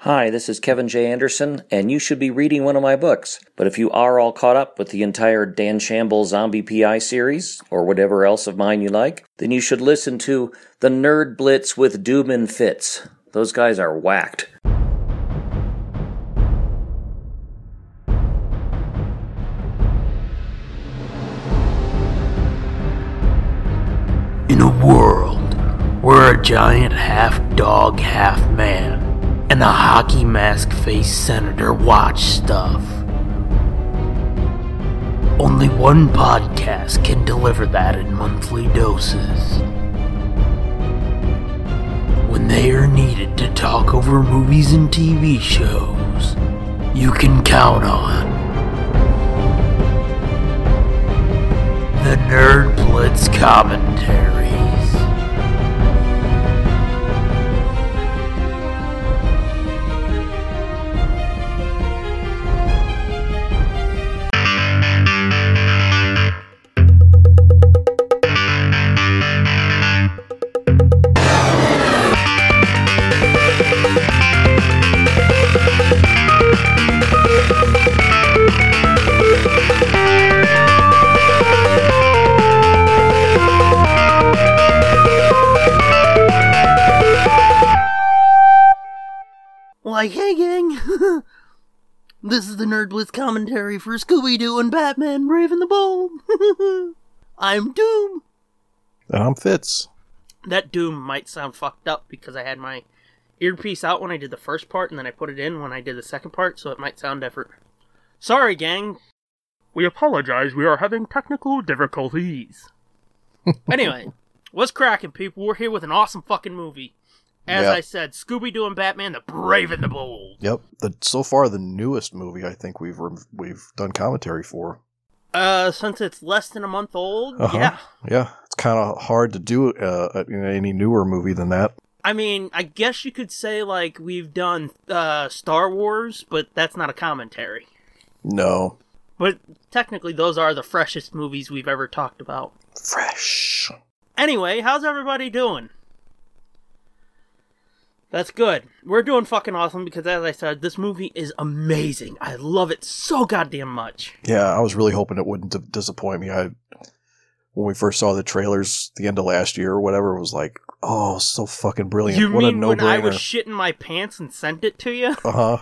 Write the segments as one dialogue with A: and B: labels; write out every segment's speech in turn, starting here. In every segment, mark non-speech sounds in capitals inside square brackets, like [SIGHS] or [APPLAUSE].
A: Hi, this is Kevin J. Anderson, and you should be reading one of my books. But if you are all caught up with the entire Dan Shamble Zombie PI series, or whatever else of mine you like, then you should listen to The Nerd Blitz with Doom and Fitz. Those guys are whacked.
B: In a world where a giant half dog, half man, and the hockey mask faced senator watch stuff, only one podcast can deliver that in monthly doses. When they are needed to talk over movies and TV shows, you can count on the Nerd Blitz commentaries.
C: Like, hey gang, [LAUGHS] this is the Nerd Blitz commentary for Scooby Doo and Batman Brave and the Bold. [LAUGHS] I'm Doom.
D: And I'm Fitz.
C: That Doom might sound fucked up because I had my earpiece out when I did the first part and then I put it in when I did the second part, so it might sound different. Sorry, gang. We apologize, we are having technical difficulties. [LAUGHS] anyway, what's cracking, people? We're here with an awesome fucking movie. As
D: Yeah.
C: I said, Scooby Doo and Batman, the Brave and the Bold.
D: Yep. The so far the newest movie I think we've re- we've done commentary for.
C: Uh, since it's less than a month old,
D: Uh-huh.
C: yeah.
D: Yeah, it's kind of hard to do uh, in any newer movie than that.
C: I mean, I guess you could say like we've done uh, Star Wars, but that's not a commentary.
D: No,
C: But technically, those are the freshest movies we've ever talked about.
D: fresh.
C: Anyway, how's everybody doing? That's good. We're doing fucking awesome because, as I said, this movie is amazing. I love it so goddamn much.
D: Yeah, I was really hoping it wouldn't d- disappoint me. I when we first saw the trailers the end of last year or whatever, it was like, oh, so fucking brilliant.
C: you
D: what
C: mean
D: a no
C: when I was
D: brainer.
C: shitting my pants and sent it to you? [LAUGHS]
D: uh huh.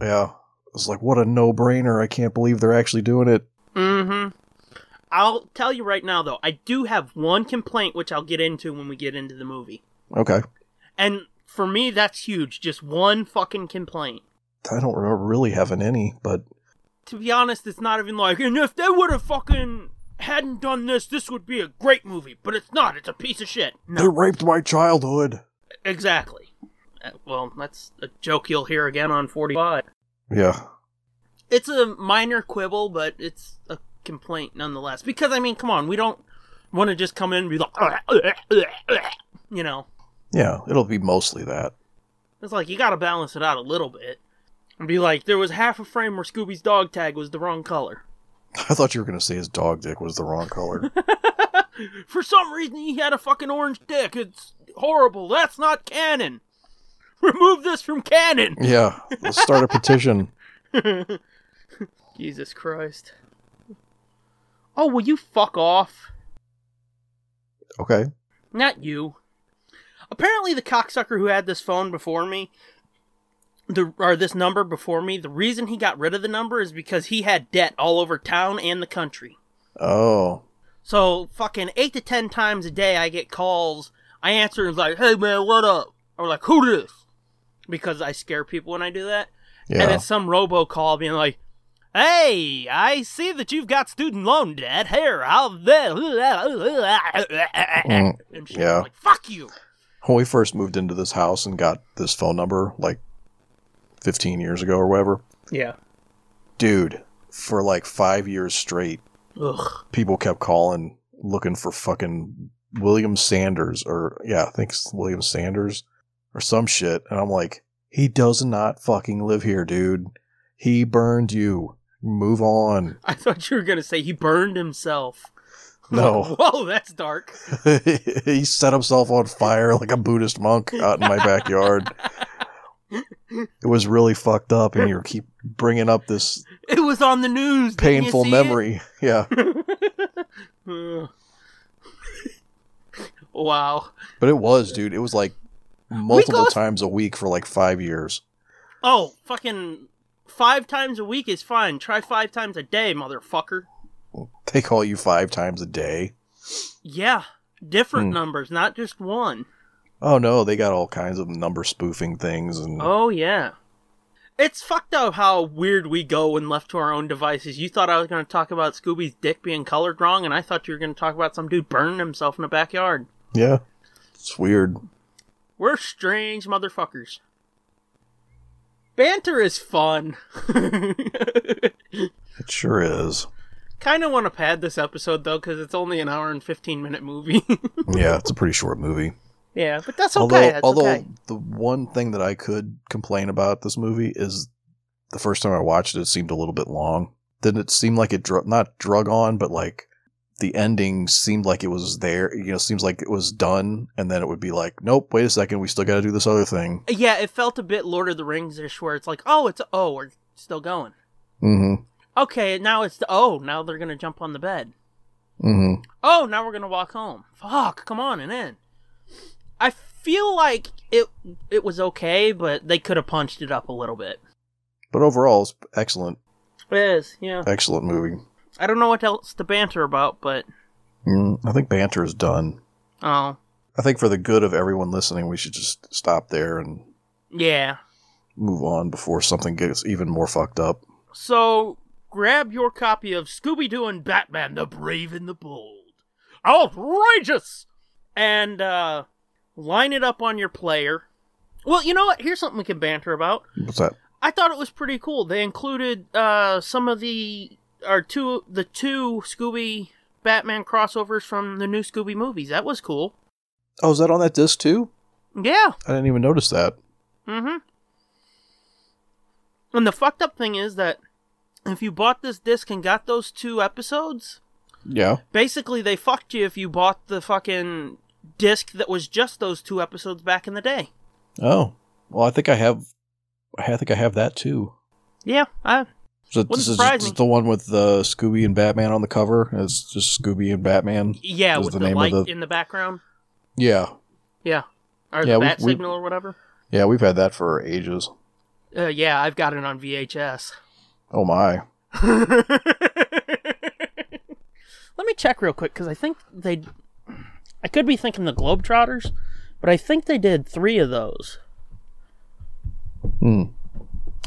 D: Yeah. It was like, what a no brainer. I can't believe they're actually doing it.
C: Mm-hmm. I'll tell you right now, though, I do have one complaint, which I'll get into when we get into the movie.
D: Okay.
C: And for me, that's huge. Just one fucking complaint.
D: I don't remember really having any, but
C: To be honest, it's not even like, and if they would have fucking hadn't done this, this would be a great movie. But it's not. It's a piece of shit.
D: they
C: No,
D: raped my childhood.
C: exactly. Uh, Well, that's a joke you'll hear again on 45.
D: Yeah.
C: It's a minor quibble, but it's a complaint nonetheless. Because, I mean, come on, we don't want to just come in and be like, you know.
D: Yeah, it'll be mostly that. [LAUGHS]
C: It's like you gotta balance it out a little bit. And be like, there was half a frame where Scooby's dog tag was the wrong color.
D: I thought you were going to say his dog dick was the wrong color.
C: For some reason, he had a fucking orange dick. It's horrible. That's not canon. Remove this from canon.
D: [LAUGHS] yeah, let's start a petition.
C: Jesus Christ. Oh, will you fuck off?
D: Okay.
C: Not you. Apparently, the cocksucker who had this phone before me, the or this number before me, the reason he got rid of the number is because he had debt all over town and the country.
D: Oh,
C: So fucking eight to ten times a day, I get calls. I answer and it's like, "Hey man, what up?" Or like, "Who this?" Because I scare people when I do that, and
D: yeah.
C: it's some robocall being like, "Hey, I see that you've got student loan debt. Here, I'll [LAUGHS] this."
D: Mm.
C: And shit.
D: Yeah.
C: I'm like, "Fuck you."
D: When we first moved into this house and got this phone number like 15 years ago or whatever,
C: Yeah.
D: dude, for like five years straight,
C: Ugh.
D: people kept calling looking for fucking William Sanders or, yeah, I think it's William Sanders or some shit. And I'm like, he does not fucking live here, dude. He burned you. Move on. [LAUGHS]
C: I thought you were gonna say he burned himself. [LAUGHS]
D: No.
C: Whoa, that's dark.
D: he set himself on fire like a Buddhist monk out in my backyard. It was really fucked up, and you keep bringing up this
C: It was on the news. didn't you
D: painful
C: see it?
D: memory. [LAUGHS] Yeah,
C: Ugh. [LAUGHS] wow.
D: but it was, dude. It was like multiple
C: go-
D: times a week for like five years.
C: Oh, fucking five times a week is fine. Try five times a day, motherfucker.
D: They call you five times a day.
C: Yeah, different
D: Hmm.
C: numbers, not just one.
D: Oh no, they got all kinds of number spoofing things, and
C: Oh yeah. It's fucked up how weird we go when left to our own devices. You thought I was going to talk about Scooby's dick being colored wrong, and I thought you were going to talk about some dude burning himself in the backyard.
D: yeah, it's weird.
C: We're strange motherfuckers. Banter is fun. [LAUGHS]
D: It sure is.
C: kind of want to pad this episode though, because it's only an hour and fifteen minute movie. [LAUGHS]
D: Yeah, it's a pretty short movie.
C: yeah, but that's okay.
D: although,
C: that's
D: although
C: okay.
D: the one thing that I could complain about this movie is the first time I watched it, it seemed a little bit long. Then it seemed like it dr- not drug on, but like the ending seemed like it was there. You know, seems like it was done, and then it would be like, nope, wait a second, we still got to do this other thing.
C: Yeah, it felt a bit Lord of the Rings ish, where it's like, oh, it's oh, we're still going.
D: Mm-hmm.
C: Okay, now it's the oh, now they're gonna jump on the bed.
D: Mm-hmm.
C: Oh, now we're gonna walk home. Fuck, come on and in. I feel like it it was okay, but they could have punched it up a little bit.
D: But overall, it's excellent,
C: It is, yeah.
D: excellent movie.
C: I don't know what else to banter about, but
D: Mm, I think banter is done.
C: oh
D: I think for the good of everyone listening, we should just stop there and
C: yeah.
D: move on before something gets even more fucked up.
C: So grab your copy of Scooby Doo and Batman: The Brave and the Bold. Outrageous! And uh, line it up on your player. Well, you know what? Here's something we can banter about.
D: What's that?
C: I thought it was pretty cool. They included uh, some of the or two the two Scooby Batman crossovers from the new Scooby movies. That was cool.
D: Oh, is that on that disc too?
C: Yeah.
D: I didn't even notice that.
C: Mm-hmm. And the fucked up thing is that if you bought this disc and got those two episodes,
D: Yeah.
C: basically they fucked you if you bought the fucking disc that was just those two episodes back in the day.
D: Oh. Well, I think I have. I think I have that too.
C: Yeah, I
D: So
C: Wouldn't
D: this is
C: surprise me.
D: just the one with uh, Scooby and Batman on the cover. It's just Scooby and Batman.
C: yeah,
D: Is
C: with
D: the
C: the,
D: name of
C: light
D: the-
C: in the background.
D: Yeah.
C: Yeah. Or
D: Yeah,
C: the
D: we-
C: bat
D: we-
C: signal or whatever.
D: Yeah, we've had that for ages.
C: Uh, yeah, I've got it on VHS.
D: Oh my.
C: Let me check real quick because I think they. I could be thinking the Globetrotters, but I think they did three of those.
D: Hmm.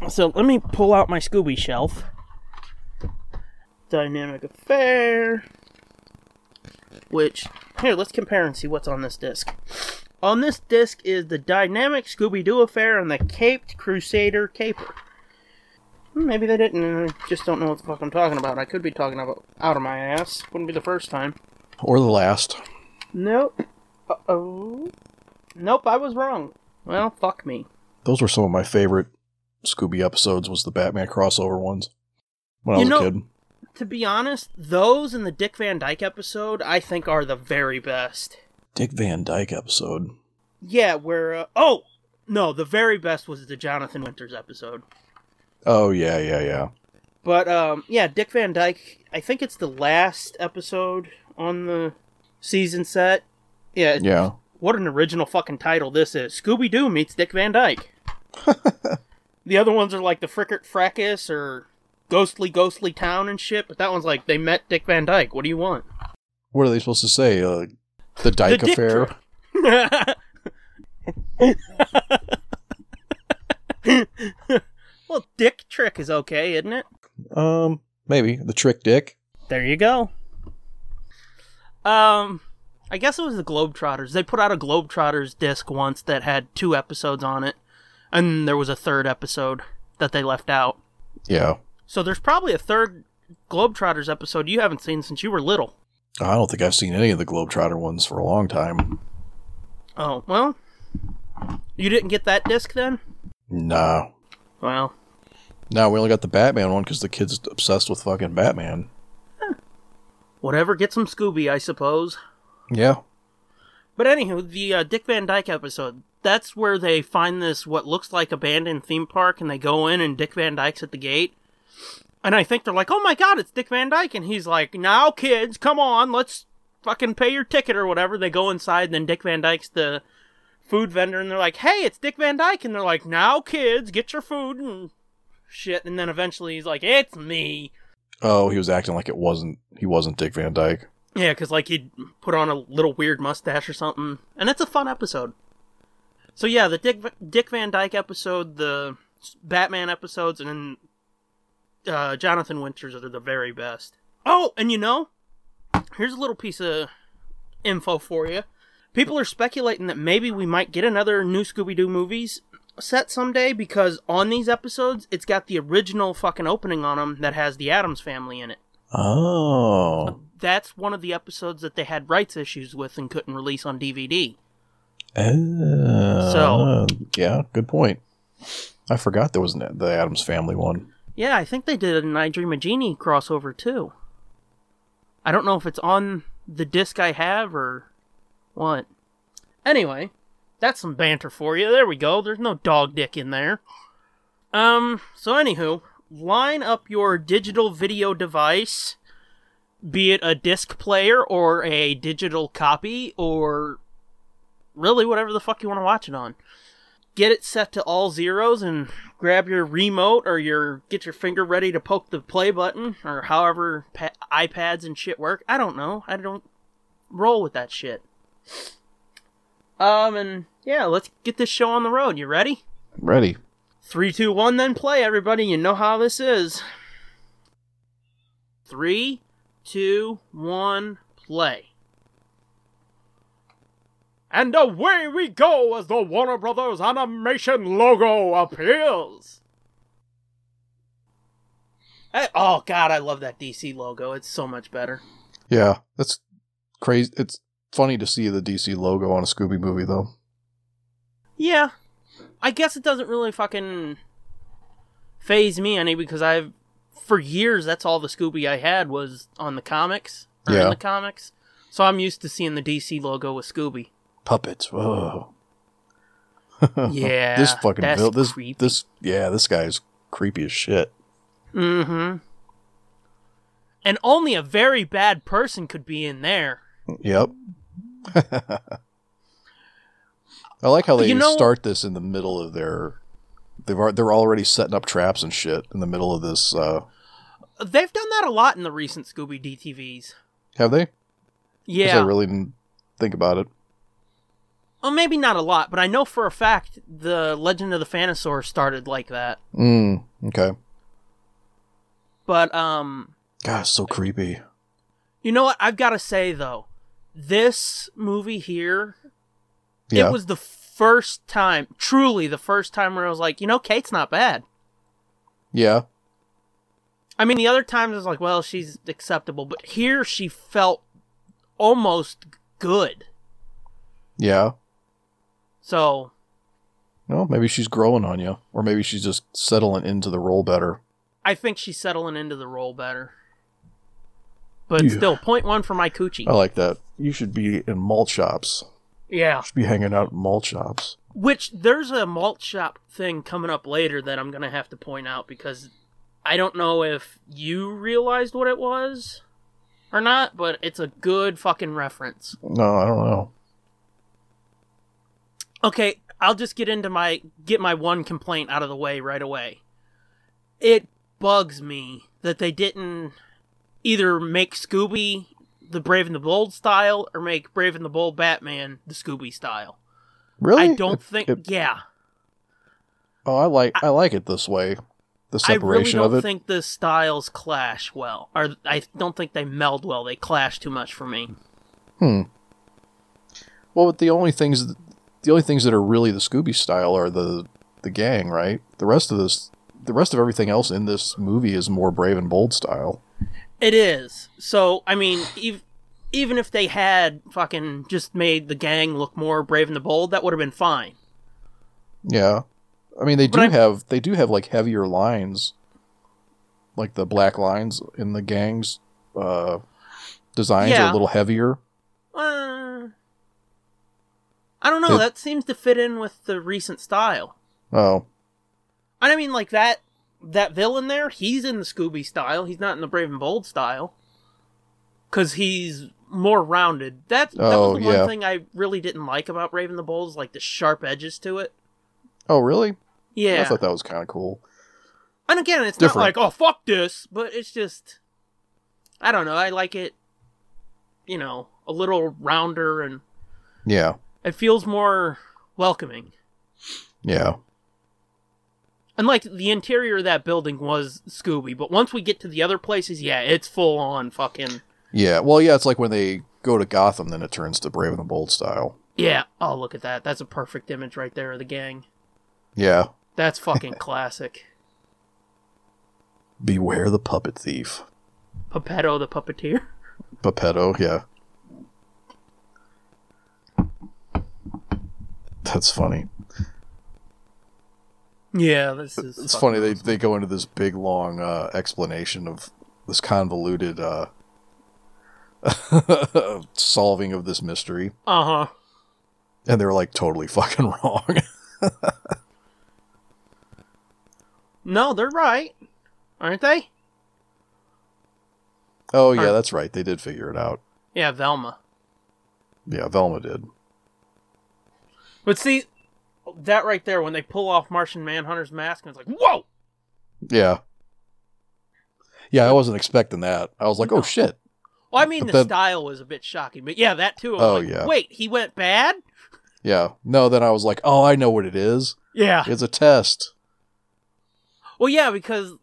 C: So let me pull out my Scooby shelf. Dynamic Affair. Which, here, let's compare and see what's on this disc. On this disc is the Dynamic Scooby Doo Affair and the Caped Crusader Caper. Hmm, Maybe they didn't, and I just don't know what the fuck I'm talking about. I could be talking about out of my ass. Wouldn't be the first time.
D: Or the last.
C: Nope. Uh oh. Nope, I was wrong. Well, fuck me.
D: Those were some of my favorite Scooby episodes. Was the Batman crossover ones when I
C: You
D: was
C: know-
D: a kid.
C: To be honest, those and the Dick Van Dyke episode, I think, are the very best.
D: Dick Van Dyke episode.
C: Yeah, where uh, oh no, the very best was the Jonathan Winters episode.
D: Oh yeah, yeah, yeah.
C: But um, yeah, Dick Van Dyke. I think it's the last episode on the season set. Yeah, it-
D: Yeah.
C: What an original fucking title this is. Scooby Doo meets Dick Van Dyke. the other ones are like the Frickert Fracas or Ghostly Ghostly Town and shit, but that one's like they met Dick Van Dyke. What do you want?
D: What are they supposed to say? Uh, the Dyke
C: dick
D: affair.
C: trip. well, [LAUGHS] dick trick is okay, isn't it?
D: um, maybe the trick dick.
C: There you go. Um, I guess it was the Globetrotters. They put out a Globetrotters disc once that had two episodes on it, and there was a third episode that they left out.
D: Yeah.
C: So there's probably a third Globetrotters episode you haven't seen since you were little.
D: I don't think I've seen any of the Globetrotter ones for a long time.
C: Oh, well. You didn't get that disc then?
D: Nah.
C: Well,
D: No, we only got the Batman one because the kid's obsessed with fucking Batman.
C: whatever gets some Scooby, I suppose.
D: Yeah.
C: But anywho, the uh, Dick Van Dyke episode. That's where they find this what looks like abandoned theme park, and they go in, and Dick Van Dyke's at the gate. And I think they're like, "Oh my God, it's Dick Van Dyke!" And he's like, "Now, kids, come on, let's fucking pay your ticket or whatever." They go inside, and then Dick Van Dyke's the food vendor, and they're like, "Hey, it's Dick Van Dyke!" And they're like, "Now, kids, get your food and shit." And then eventually he's like, "It's me."
D: Oh, he was acting like it wasn't. He wasn't Dick Van Dyke.
C: Yeah, because like he'd put on a little weird mustache or something, and it's a fun episode. So yeah, the Dick Dick Van Dyke episode, the Batman episodes, and then uh, Jonathan Winters are the very best. Oh, and you know, here's a little piece of info for you. People are speculating that maybe we might get another new Scooby Doo movies set someday because on these episodes, it's got the original fucking opening on them that has the Adams family in it.
D: Oh,
C: That's one of the episodes that they had rights issues with and couldn't release on DVD.
D: so Oh, yeah, good point. I forgot there was an, the Adams Family one.
C: Yeah, I think they did an I Dream a Genie crossover too. I don't know if it's on the disc I have or what. Anyway, that's some banter for you. There we go. There's no dog dick in there. Um, so anywho, line up your digital video device, be it a disc player or a digital copy or really whatever the fuck you want to watch it on get it set to all zeros and grab your remote or your get your finger ready to poke the play button or however pa- iPads and shit work. I don't know. I don't roll with that shit. Um and yeah, let's get this show on the road. You ready?
D: Ready?
C: Three, two, one, then play. Everybody, you know how this is. Three, two, one, play. And away we go as the Warner Brothers animation logo appears. Eh, oh God, I love that DC logo. It's so much better.
D: Yeah, that's crazy. It's funny to see the DC logo on a Scooby movie though.
C: Yeah. I guess it doesn't really fucking phase me any because I've for years that's all the Scooby I had was on the comics or
D: Yeah.
C: in the comics. So I'm used to seeing the DC logo with Scooby.
D: Puppets. Whoa.
C: Yeah.
D: [LAUGHS] this fucking
C: that's
D: vil- this
C: creepy.
D: this yeah this guy's creepy as shit.
C: Mhm. And only a very bad person could be in there.
D: Yep. [LAUGHS] I like how they
C: You know-
D: start this in the middle of their. They've al- they're already setting up traps and shit in the middle of this. Uh,
C: They've done that a lot in the recent Scooby DTVs.
D: have they? 'Cause
C: Yeah.
D: I really didn't think about it.
C: well, maybe not a lot, but I know for a fact the Legend of the Phanosaur started like that.
D: Mm, okay.
C: But um
D: God, it's so creepy.
C: You know what? I've got to say though, this movie here,
D: Yeah.
C: it was the first time, truly the first time where I was like, you know, Kate's not bad.
D: yeah.
C: I mean, the other times I was like, well, she's acceptable, but here she felt almost good.
D: Yeah.
C: So
D: Well, maybe she's growing on you, or maybe she's just settling into the role better.
C: I think she's settling into the role better. But
D: Yeah. Oh.
C: still, point one for my coochie.
D: I like that. You should be in malt shops.
C: Yeah.
D: should be hanging out in malt shops.
C: Which there's a malt shop thing coming up later that I'm gonna have to point out because I don't know if you realized what it was or not, but it's a good fucking reference.
D: No, I don't know.
C: Okay, I'll just get into my get my one complaint out of the way right away. It bugs me that they didn't either make Scooby the Brave and the Bold style or make Brave and the Bold Batman the Scooby style.
D: Really?
C: I don't
D: It-
C: think
D: it-
C: yeah.
D: oh, I like I like it this way. The separation
C: I really
D: of
C: don't
D: it.
C: think the styles clash well, or I don't think they meld well. They clash too much for me.
D: Well, but the only things the only things that are really the Scooby style are the the gang, right? The rest of this, the rest of everything else in this movie is more brave and bold style.
C: It is so. I mean, ev- even if they had fucking just made the gang look more brave and the bold, that would have been fine.
D: Yeah, I mean they
C: But
D: do
C: I-
D: have they do have like heavier lines, like the black lines in the gangs. Uh, designs are a
C: Yeah.
D: little heavier.
C: Uh, I don't know.
D: It-
C: that seems to fit in with the recent style.
D: Oh,
C: And I mean, like that that villain there. He's in the Scooby style. He's not in the Brave and Bold style. Cause he's more rounded. That's that
D: Oh,
C: was the one
D: yeah.
C: thing I really didn't like about Brave and the Bold is like the sharp edges to it.
D: oh, really? I
C: Yeah.
D: thought that was kind of cool.
C: And again, it's
D: Different.
C: not like, oh, fuck this, but it's just, I don't know. I like it, you know, a little rounder and
D: Yeah,
C: it feels more welcoming.
D: yeah,
C: And like the interior of that building was Scooby, but once we get to the other places, yeah, it's full on fucking,
D: yeah. Well, yeah, it's like when they go to Gotham, then it turns to Brave and the Bold style.
C: yeah, oh, look at that. That's a perfect image right there of the gang.
D: Yeah,
C: That's [LAUGHS] fucking classic.
D: beware the puppet thief,
C: Pepetto the puppeteer.
D: Geppetto. Yeah, that's funny.
C: Yeah, this is.
D: It's
C: fucking
D: funny they,
C: awesome.
D: they go into this big long uh, explanation of this convoluted uh, [LAUGHS] solving of this mystery,
C: Uh huh.
D: and they're like totally [LAUGHS] fucking wrong.
C: No, they're right. Aren't they?
D: oh yeah,
C: Or-
D: that's right. They did figure it out.
C: Yeah, Velma.
D: Yeah, Velma did.
C: But see, that right there, when they pull off Martian Manhunter's mask, and it's like, whoa!
D: Yeah, yeah. I wasn't expecting that. I was like, oh shit.
C: Well, I mean,
D: But
C: the
D: then-
C: style was a bit shocking, but yeah, that too. I'm
D: Oh,
C: like,
D: yeah.
C: Wait, he went bad?
D: Yeah. No, then I was like, oh, I know what it is.
C: Yeah.
D: It's a test.
C: Well, yeah, because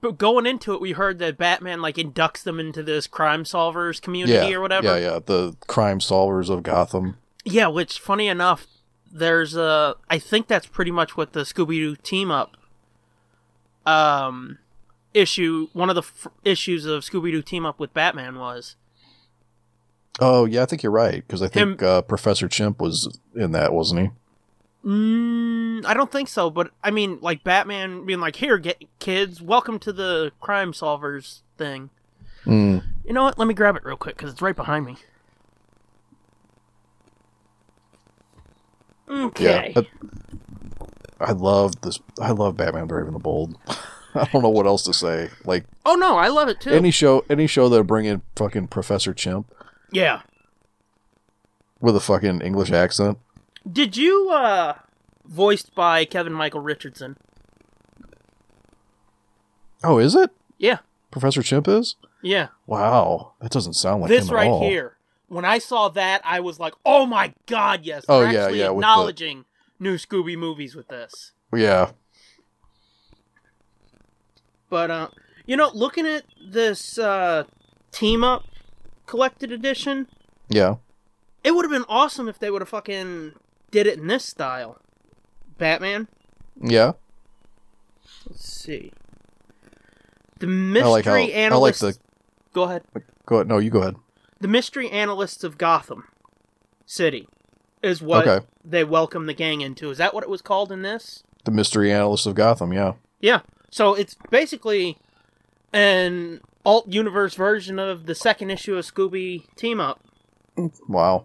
C: but going into it, we heard that Batman, like, inducts them into this crime solvers community
D: Yeah.
C: or whatever.
D: Yeah, yeah. The crime solvers of Gotham.
C: Yeah, which, funny enough, there's a. I think that's pretty much what the Scooby Doo team up um, issue, one of the f- issues of Scooby Doo team up with Batman was.
D: Oh yeah, I think you're right because I
C: Him-
D: think uh, Professor Chimp was in that, wasn't he?
C: Mm, I don't think so, but I mean, like Batman being like, "Here, get kids, welcome to the crime solvers thing."
D: Mm.
C: You know what? Let me grab it real quick because it's right behind me. Okay.
D: Yeah. I love this. I love Batman: Brave and the Bold. [LAUGHS] I don't know what else to say. Like
C: oh no, I love it too.
D: any show, any show that bring in fucking Professor Chimp
C: yeah.
D: with a fucking English accent.
C: Did you uh voiced by Kevin Michael Richardson?
D: Oh, is it
C: Yeah.
D: Professor Chimp? Is
C: Yeah.
D: wow, that doesn't sound like
C: this
D: him at
C: right
D: all.
C: here. When I saw that, I was like, "Oh my god, yes!"
D: Oh,
C: they're
D: yeah,
C: actually
D: yeah, with the-
C: Acknowledging new Scooby movies with this.
D: Yeah,
C: But uh, you know, looking at this uh, team up collected edition,
D: yeah,
C: it would have been awesome if they would have fucking did it in this style. Batman.
D: yeah.
C: Let's see. The mystery
D: I like how I like
C: analysts.
D: the.
C: Go ahead.
D: Go ahead. No, you go ahead.
C: The mystery analysts of Gotham City is what
D: Okay.
C: they welcome the gang into. Is that what it was called in this?
D: The mystery analyst of Gotham. Yeah,
C: Yeah. So it's basically an alt universe version of the second issue of Scooby Team Up.
D: wow.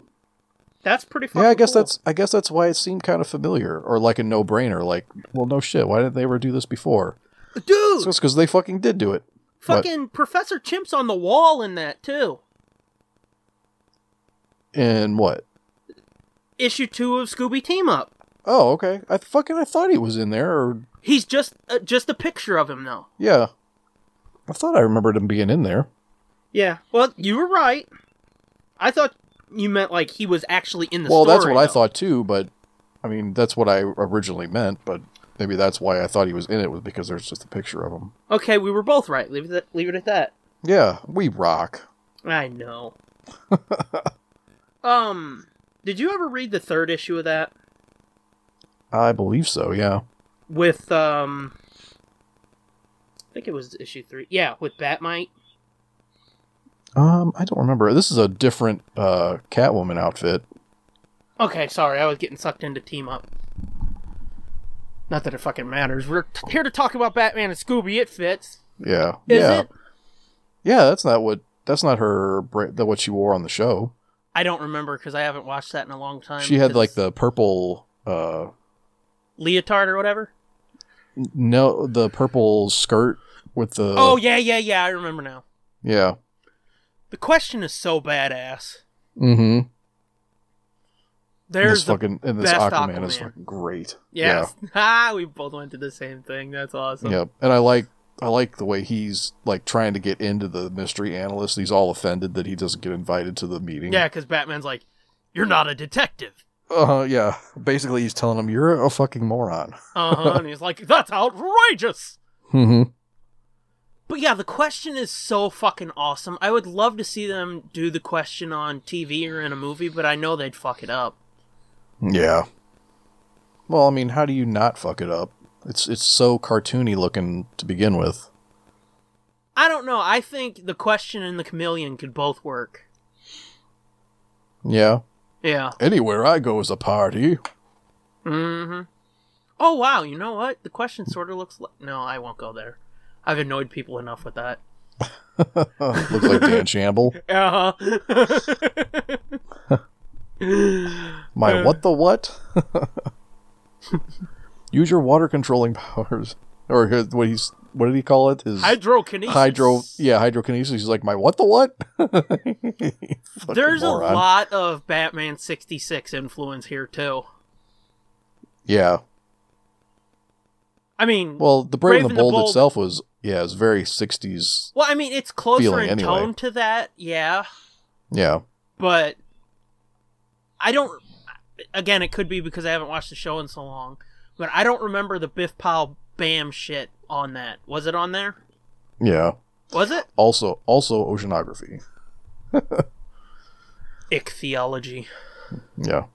C: That's pretty fucking
D: Yeah, I guess
C: cool.
D: that's I guess that's why it seemed kind of familiar or like a no brainer. Like, well, no shit. Why didn't they ever do this before?
C: dude.
D: So it's because they fucking did do it.
C: fucking Professor Chimp's on the wall in that too.
D: And what?
C: Issue two of Scooby Team Up.
D: Oh, okay. I fucking I thought he was in there. Or
C: He's just uh, just a picture of him though.
D: yeah, I thought I remembered him being in there.
C: Yeah. Well, you were right. I thought you meant like he was actually in the
D: well,
C: story.
D: that's what I
C: though.
D: thought too. But I mean, that's what I originally meant. But maybe that's why I thought he was in it was because there's just a picture of him.
C: Okay, we were both right. Leave it. Leave it at that.
D: Yeah, we rock. [LAUGHS]
C: I know. um, did you ever read the third issue of that
D: I believe so. Yeah.
C: with um? I think it was issue three. Yeah, with Batmite.
D: Um, I don't remember. This is a different uh, Catwoman outfit.
C: Okay, sorry, I was getting sucked into team up. Not that it fucking matters. We're t- here to talk about Batman and Scooby. It fits,
D: Yeah.
C: is
D: yeah.
C: it?
D: Yeah. That's not what. That's not her. bra- That what she wore on the show.
C: I I don't remember because I haven't watched that in a long time.
D: She had like
C: because
D: the purple, uh,
C: leotard or whatever.
D: n- no, the purple skirt with the.
C: oh yeah, yeah, yeah. I remember now.
D: yeah.
C: The question is so badass.
D: Mm-hmm.
C: There's
D: this
C: the
D: fucking and this
C: best
D: Aquaman, is
C: Aquaman.
D: fucking great.
C: yes. [LAUGHS] Ah, we both went to the same thing. That's awesome.
D: Yep. And I like I like the way he's like trying to get into the mystery analyst. He's all offended that he doesn't get invited to the meeting.
C: Yeah, because Batman's like, "You're not a detective."
D: Uh, yeah. Basically, he's telling him you're a fucking moron.
C: Uh huh. and he's like, "That's outrageous."
D: Mm-hmm.
C: But yeah, the question is so fucking awesome. I would love to see them do the question on TV or in a movie, but I know they'd fuck it up.
D: Yeah. Well, I mean, how do you not fuck it up? It's it's so cartoony looking to begin with.
C: I don't know. I think the question and the chameleon could both work.
D: Yeah.
C: Yeah.
D: Anywhere I go is a party.
C: Mm-hmm. Oh wow, you know what? The question sort of looks like No, I won't go there. I've annoyed people enough with that.
D: Uh, Looks like
C: [LAUGHS]
D: Dan Shamble.
C: Uh-huh. [LAUGHS]
D: My what the what? [LAUGHS] Use your water controlling powers, or his- what he's what did he call it? His
C: Hydrokinesis.
D: hydro yeah hydrokinesis he's like my what the what [LAUGHS] Fucking
C: There's a
D: moron.
C: lot of Batman 66 influence here too.
D: yeah
C: I mean,
D: well the brave, and the bold, itself was yeah it's very 60s
C: Well, I mean, it's closer
D: feeling
C: in
D: anyway.
C: tone to that, yeah,
D: yeah
C: but I don't. Again, it could be because I haven't watched the show in so long, but I don't remember the Biff Powell Bam shit on that. Was it on there?
D: yeah
C: Was it?
D: also also oceanography
C: Ichthyology.
D: yeah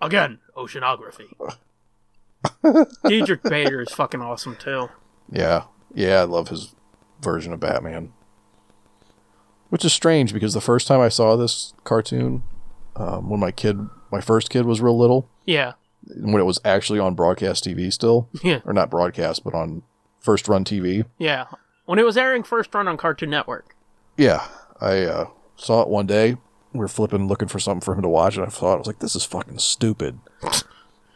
C: Again,
D: [LAUGHS]
C: oceanography. Diedrich Bader is fucking awesome too.
D: yeah yeah i love his version of batman which is strange because the first time i saw this cartoon um, when my kid my first kid was real little
C: Yeah.
D: when it was actually on broadcast tv still
C: Yeah.
D: or not broadcast but on first run tv
C: Yeah. When it was airing first run on Cartoon Network.
D: Yeah, I uh, saw it one day. We were flipping, looking for something for him to watch, and I thought, I was like, this is fucking stupid.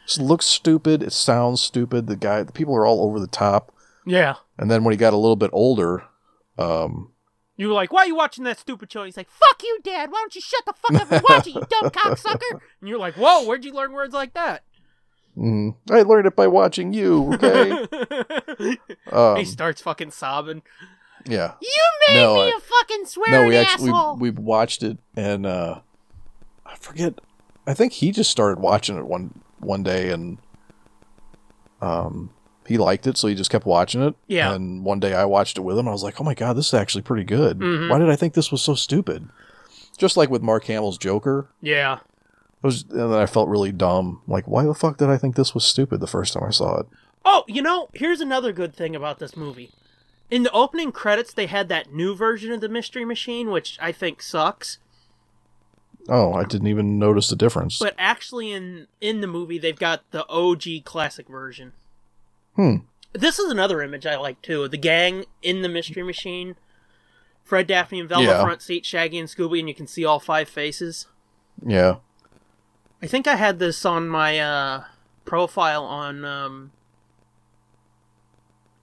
D: this looks stupid. It sounds stupid. The guy, the people are all over the top.
C: Yeah.
D: And then when he got a little bit older, um,
C: You were like, why are you watching that stupid show? And he's like, fuck you, Dad. Why don't you shut the fuck up and watch it, you dumb cocksucker? [LAUGHS] And you're like, whoa, where'd you learn words
D: [LAUGHS]
C: like that?
D: mm, I learned it by watching you,
C: [LAUGHS]
D: okay?
C: he
D: um,
C: starts fucking sobbing.
D: yeah.
C: You made
D: No,
C: me
D: I-
C: a fucking swearing
D: No, we actually
C: asshole.
D: we, we watched it, and uh, I forget. I think he just started watching it one one day, and um, he liked it, so he just kept watching it.
C: Yeah.
D: And one day I watched it with him. and I was like, "Oh my god, this is actually pretty good.
C: Mhm.
D: Why did I think this was so stupid?" Just like with Mark Hamill's Joker,
C: yeah.
D: it was, and then I felt really dumb. Like, why the fuck did I think this was stupid the first time I saw it?
C: Oh, you know, here's another good thing about this movie. In the opening credits, they had that new version of the Mystery Machine, which I think sucks.
D: Oh, I didn't even notice the difference.
C: But actually, in in the movie, they've got the OG classic version.
D: Hmm.
C: This is another image I like too. The gang in the Mystery Machine, Fred, Daphne, and Velma
D: Yeah.
C: front seat, Shaggy and Scooby, and you can see all five faces.
D: yeah.
C: I think I had this on my uh, profile on um,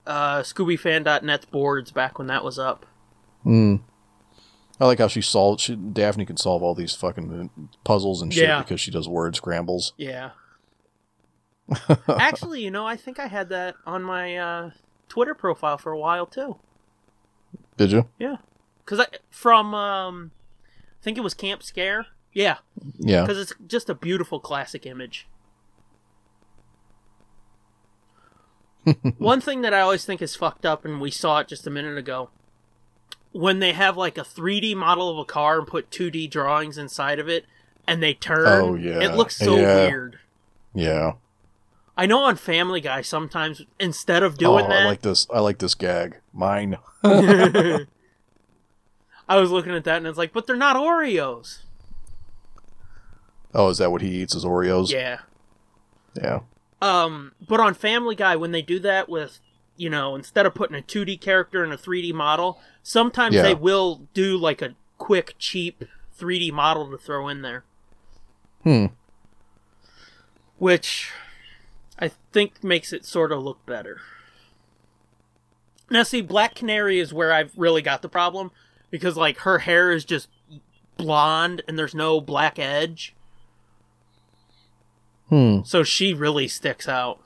C: uh, ScoobyFan.net's boards back when that was up.
D: Mm. I like how she solved. She, Daphne can solve all these fucking puzzles and shit
C: Yeah.
D: because she does word scrambles. [LAUGHS]
C: Yeah. Actually, you know, I think I had that on my uh, Twitter profile for a while too.
D: Did you?
C: Yeah, because I from um, I think it was Camp Scare. Yeah,
D: Yeah.
C: because it's just a beautiful classic
D: [LAUGHS]
C: image. One thing that I always think is fucked up, and we saw it just a minute ago, when they have like a 3D model of a car and put 2D drawings inside of it, and they turn.
D: Oh, yeah.
C: it looks so
D: Yeah.
C: weird.
D: Yeah.
C: I know on Family Guy sometimes instead of doing
D: oh, I
C: that,
D: like this. I like this gag. Mine.
C: [LAUGHS]
D: [LAUGHS]
C: I was looking at that and it's like, but they're not Oreos.
D: Oh, is that what he eats? Is Oreos?
C: Yeah.
D: Yeah.
C: Um, but on Family Guy, when they do that with, you know, instead of putting a 2D character in a 3D model, sometimes
D: Yeah.
C: they will do like a quick, cheap 3D model to throw in there.
D: Hmm.
C: Which I think makes it sort of look better. Now, see, Black Canary is where I've really got the problem because, like, her hair is just blonde and there's no black edge.
D: Hmm.
C: So she really sticks out.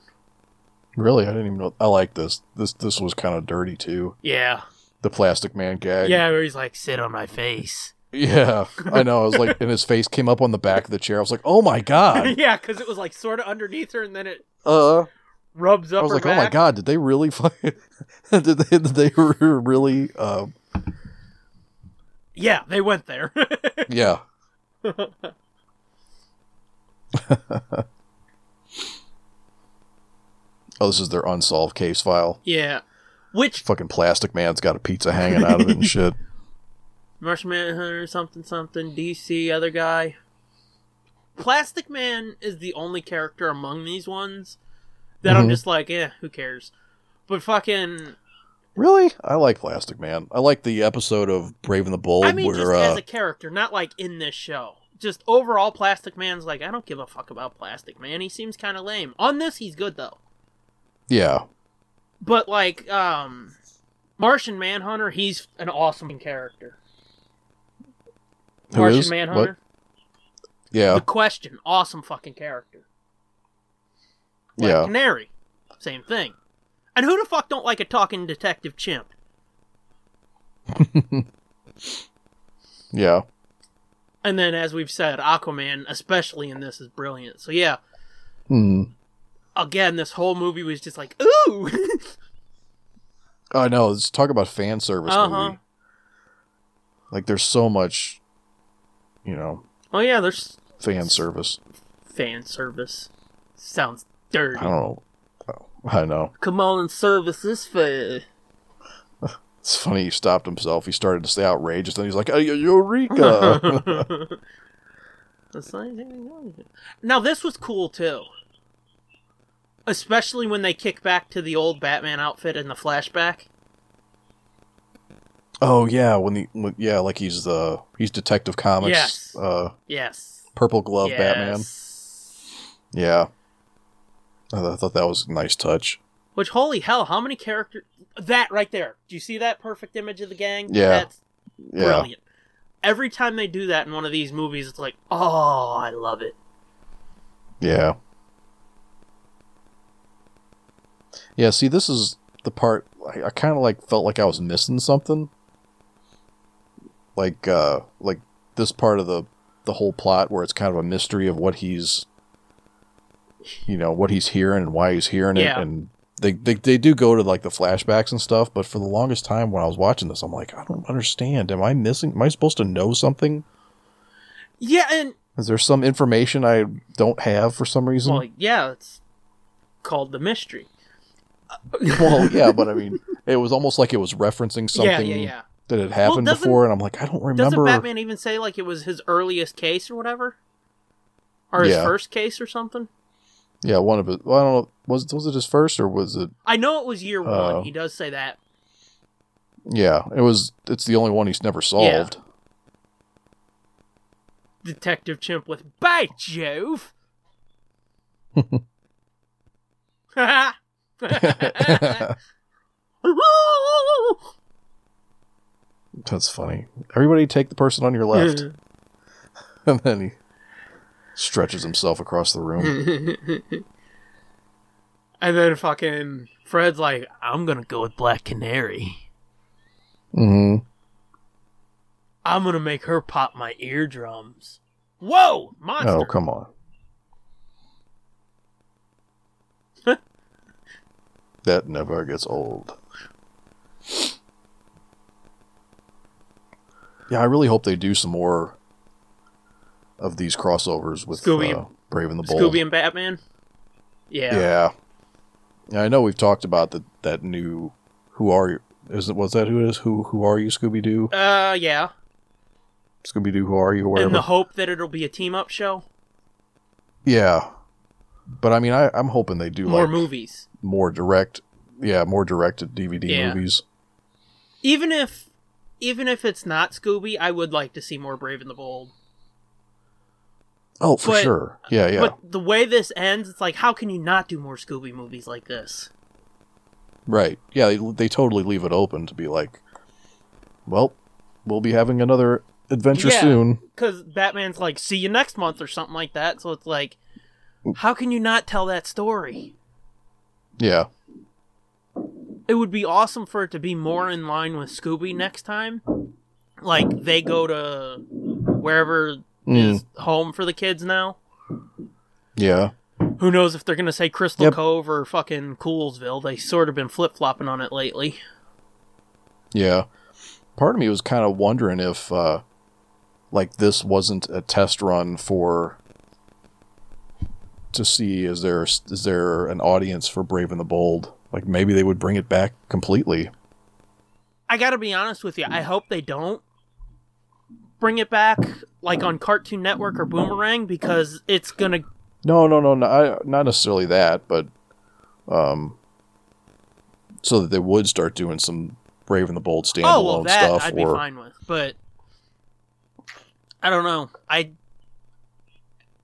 D: Really, I didn't even know. I like this. This this was kind of dirty too.
C: Yeah.
D: The plastic man gag.
C: Yeah, where he's like, sit on my face.
D: [LAUGHS]
C: [LAUGHS]
D: Yeah, I know. I was like, and his face came up on the back of the chair. I was like, oh my
C: [LAUGHS]
D: god.
C: yeah, because it was, like, sort of underneath her and then it
D: Uh,
C: rubs up
D: I was
C: her
D: like, oh my
C: back.
D: god, did they really? [LAUGHS] fu- did they? Did they [LAUGHS] really? Uh,
C: Yeah, they went there. [LAUGHS]
D: yeah. [LAUGHS] oh, this is their unsolved case file.
C: yeah. Which
D: Fucking plastic man's got a pizza hanging out of it and shit.
C: Marshman Hunter, something, something, DC, other guy. Plastic Man is the only character among these ones that I'm
D: Mhm.
C: just like, eh, who cares? But fucking,
D: Really? I like Plastic Man. I like the episode of Brave and the Bold
C: I mean,
D: where
C: just
D: uh,
C: as a character, not like in this show. Just overall, Plastic Man's like, I don't give a fuck about Plastic Man. He seems kind of lame. On this, he's good though.
D: yeah,
C: But like, um, Martian Manhunter, he's an awesome character.
D: Who
C: Martian
D: is? What?
C: Manhunter,
D: yeah,
C: the question, awesome fucking character. Black
D: yeah.
C: Canary, same thing. And who the fuck don't like a talking detective chimp?
D: Yeah.
C: And then, as we've said, Aquaman, especially in this, is brilliant. So yeah,
D: Hmm.
C: again, this whole movie was just like, ooh, [LAUGHS]
D: Oh, I know. Let's talk about fan service
C: Uh-huh.
D: movie. Like, there's so much, you know,
C: oh yeah, there's
D: fan service.
C: fan service. Sounds
D: I
C: dirty.
D: don't know. I know.
C: Come on and service this for
D: It's funny. He stopped himself. He started to say outrageous. Then he's like, "Ay,
C: [LAUGHS]
D: "Eureka!" [LAUGHS]
C: That's not anything wrong with it. Now this was cool too. Especially when they kick back to the old Batman outfit in the flashback.
D: oh yeah. When the when, yeah, like he's the he's Detective Comics.
C: Yes.
D: Uh,
C: Yes.
D: purple glove
C: yes.
D: Batman. Yeah. I, th- I thought that was a nice touch.
C: Which holy hell, how many characters that right there. Do you see that perfect image of the gang?
D: Yeah.
C: That's
D: Yeah.
C: brilliant. Every time they do that in one of these movies, it's like, oh, I love it.
D: Yeah. Yeah, see, this is the part I, I kind of like felt like I was missing something. Like, uh, like this part of the the whole plot where it's kind of a mystery of what he's, you know, what he's hearing and why he's hearing
C: Yeah.
D: it, and they, they they do go to like the flashbacks and stuff. But for the longest time when I was watching this, I'm like, I don't understand. Am I missing? Am I supposed to know something?
C: Yeah, and
D: Is there some information I don't have for some reason?
C: well, yeah, it's called the mystery.
D: well, yeah, but I mean, it was almost like it was referencing
C: Yeah,
D: something
C: yeah, yeah.
D: that had happened
C: doesn't-
D: before, and I'm like, I don't
C: Doesn't
D: remember.
C: Batman even say like it was his earliest case or whatever, or his
D: Yeah.
C: first case or something?
D: Yeah, one of it. Well, I don't know. Was was it his first or was it?
C: I know it was year
D: Oh.
C: one. He does say that.
D: Yeah, it was. It's the only one he's never solved.
C: Detective Chimp with by Jove.
D: [LAUGHS]
C: [LAUGHS]
D: That's funny. Everybody, take the person on your
C: [LAUGHS]
D: left, [LAUGHS] and then he stretches himself across the
C: Hmm.
D: room.
C: [LAUGHS] and then fucking Fred's like, I'm gonna go with Black Canary.
D: mm-hmm.
C: I'm gonna make her pop my eardrums. Whoa, monster!
D: Oh, come
C: [LAUGHS]
D: on. that never gets old. Yeah, I really hope they do some more of these crossovers with
C: Scooby-
D: uh, Brave and the Bold.
C: Scooby and Batman. Yeah.
D: yeah. yeah, I know we've talked about that that new Who Are You? Is it was that who it is? Who Who Are You? Scooby Doo,
C: Uh, yeah.
D: Scooby Doo, Who Are You? Whatever.
C: In the hope that it'll be a team up show,
D: yeah, but I mean, I, I'm hoping they do
C: more
D: like
C: movies.
D: more direct yeah more direct to dvd
C: Yeah.
D: movies
C: Even if even if it's not Scooby, I would like to see more Brave and the Bold.
D: Oh, for
C: But-
D: sure. Yeah, yeah.
C: But the way this ends, it's like, how can you not do more Scooby movies like this?
D: Right. Yeah, they, they totally leave it open to be like, well, we'll be having another adventure
C: Yeah.
D: soon.
C: Because Batman's like, see you next month or something like that. So it's like, how can you not tell that story?
D: Yeah.
C: It would be awesome for it to be more in line with Scooby next time. Like, they go to wherever
D: Mm.
C: is home for the kids now.
D: Yeah.
C: Who knows if they're going to say Crystal
D: Yep.
C: Cove or fucking Coolsville. They sort of been flip flopping on it lately.
D: Yeah. Part of me was kind of wondering if, uh, like, this wasn't a test run for to see is there is there an audience for Brave and the Bold? Like, maybe they would bring it back completely.
C: I gotta be honest with you. I hope they don't bring it back like on Cartoon Network or Boomerang because it's gonna.
D: No, no, no, no I, not necessarily that, but um, so that they would start doing some Brave and the Bold standalone
C: Oh well, that
D: stuff,
C: I'd be
D: or
C: fine with, but I don't know. I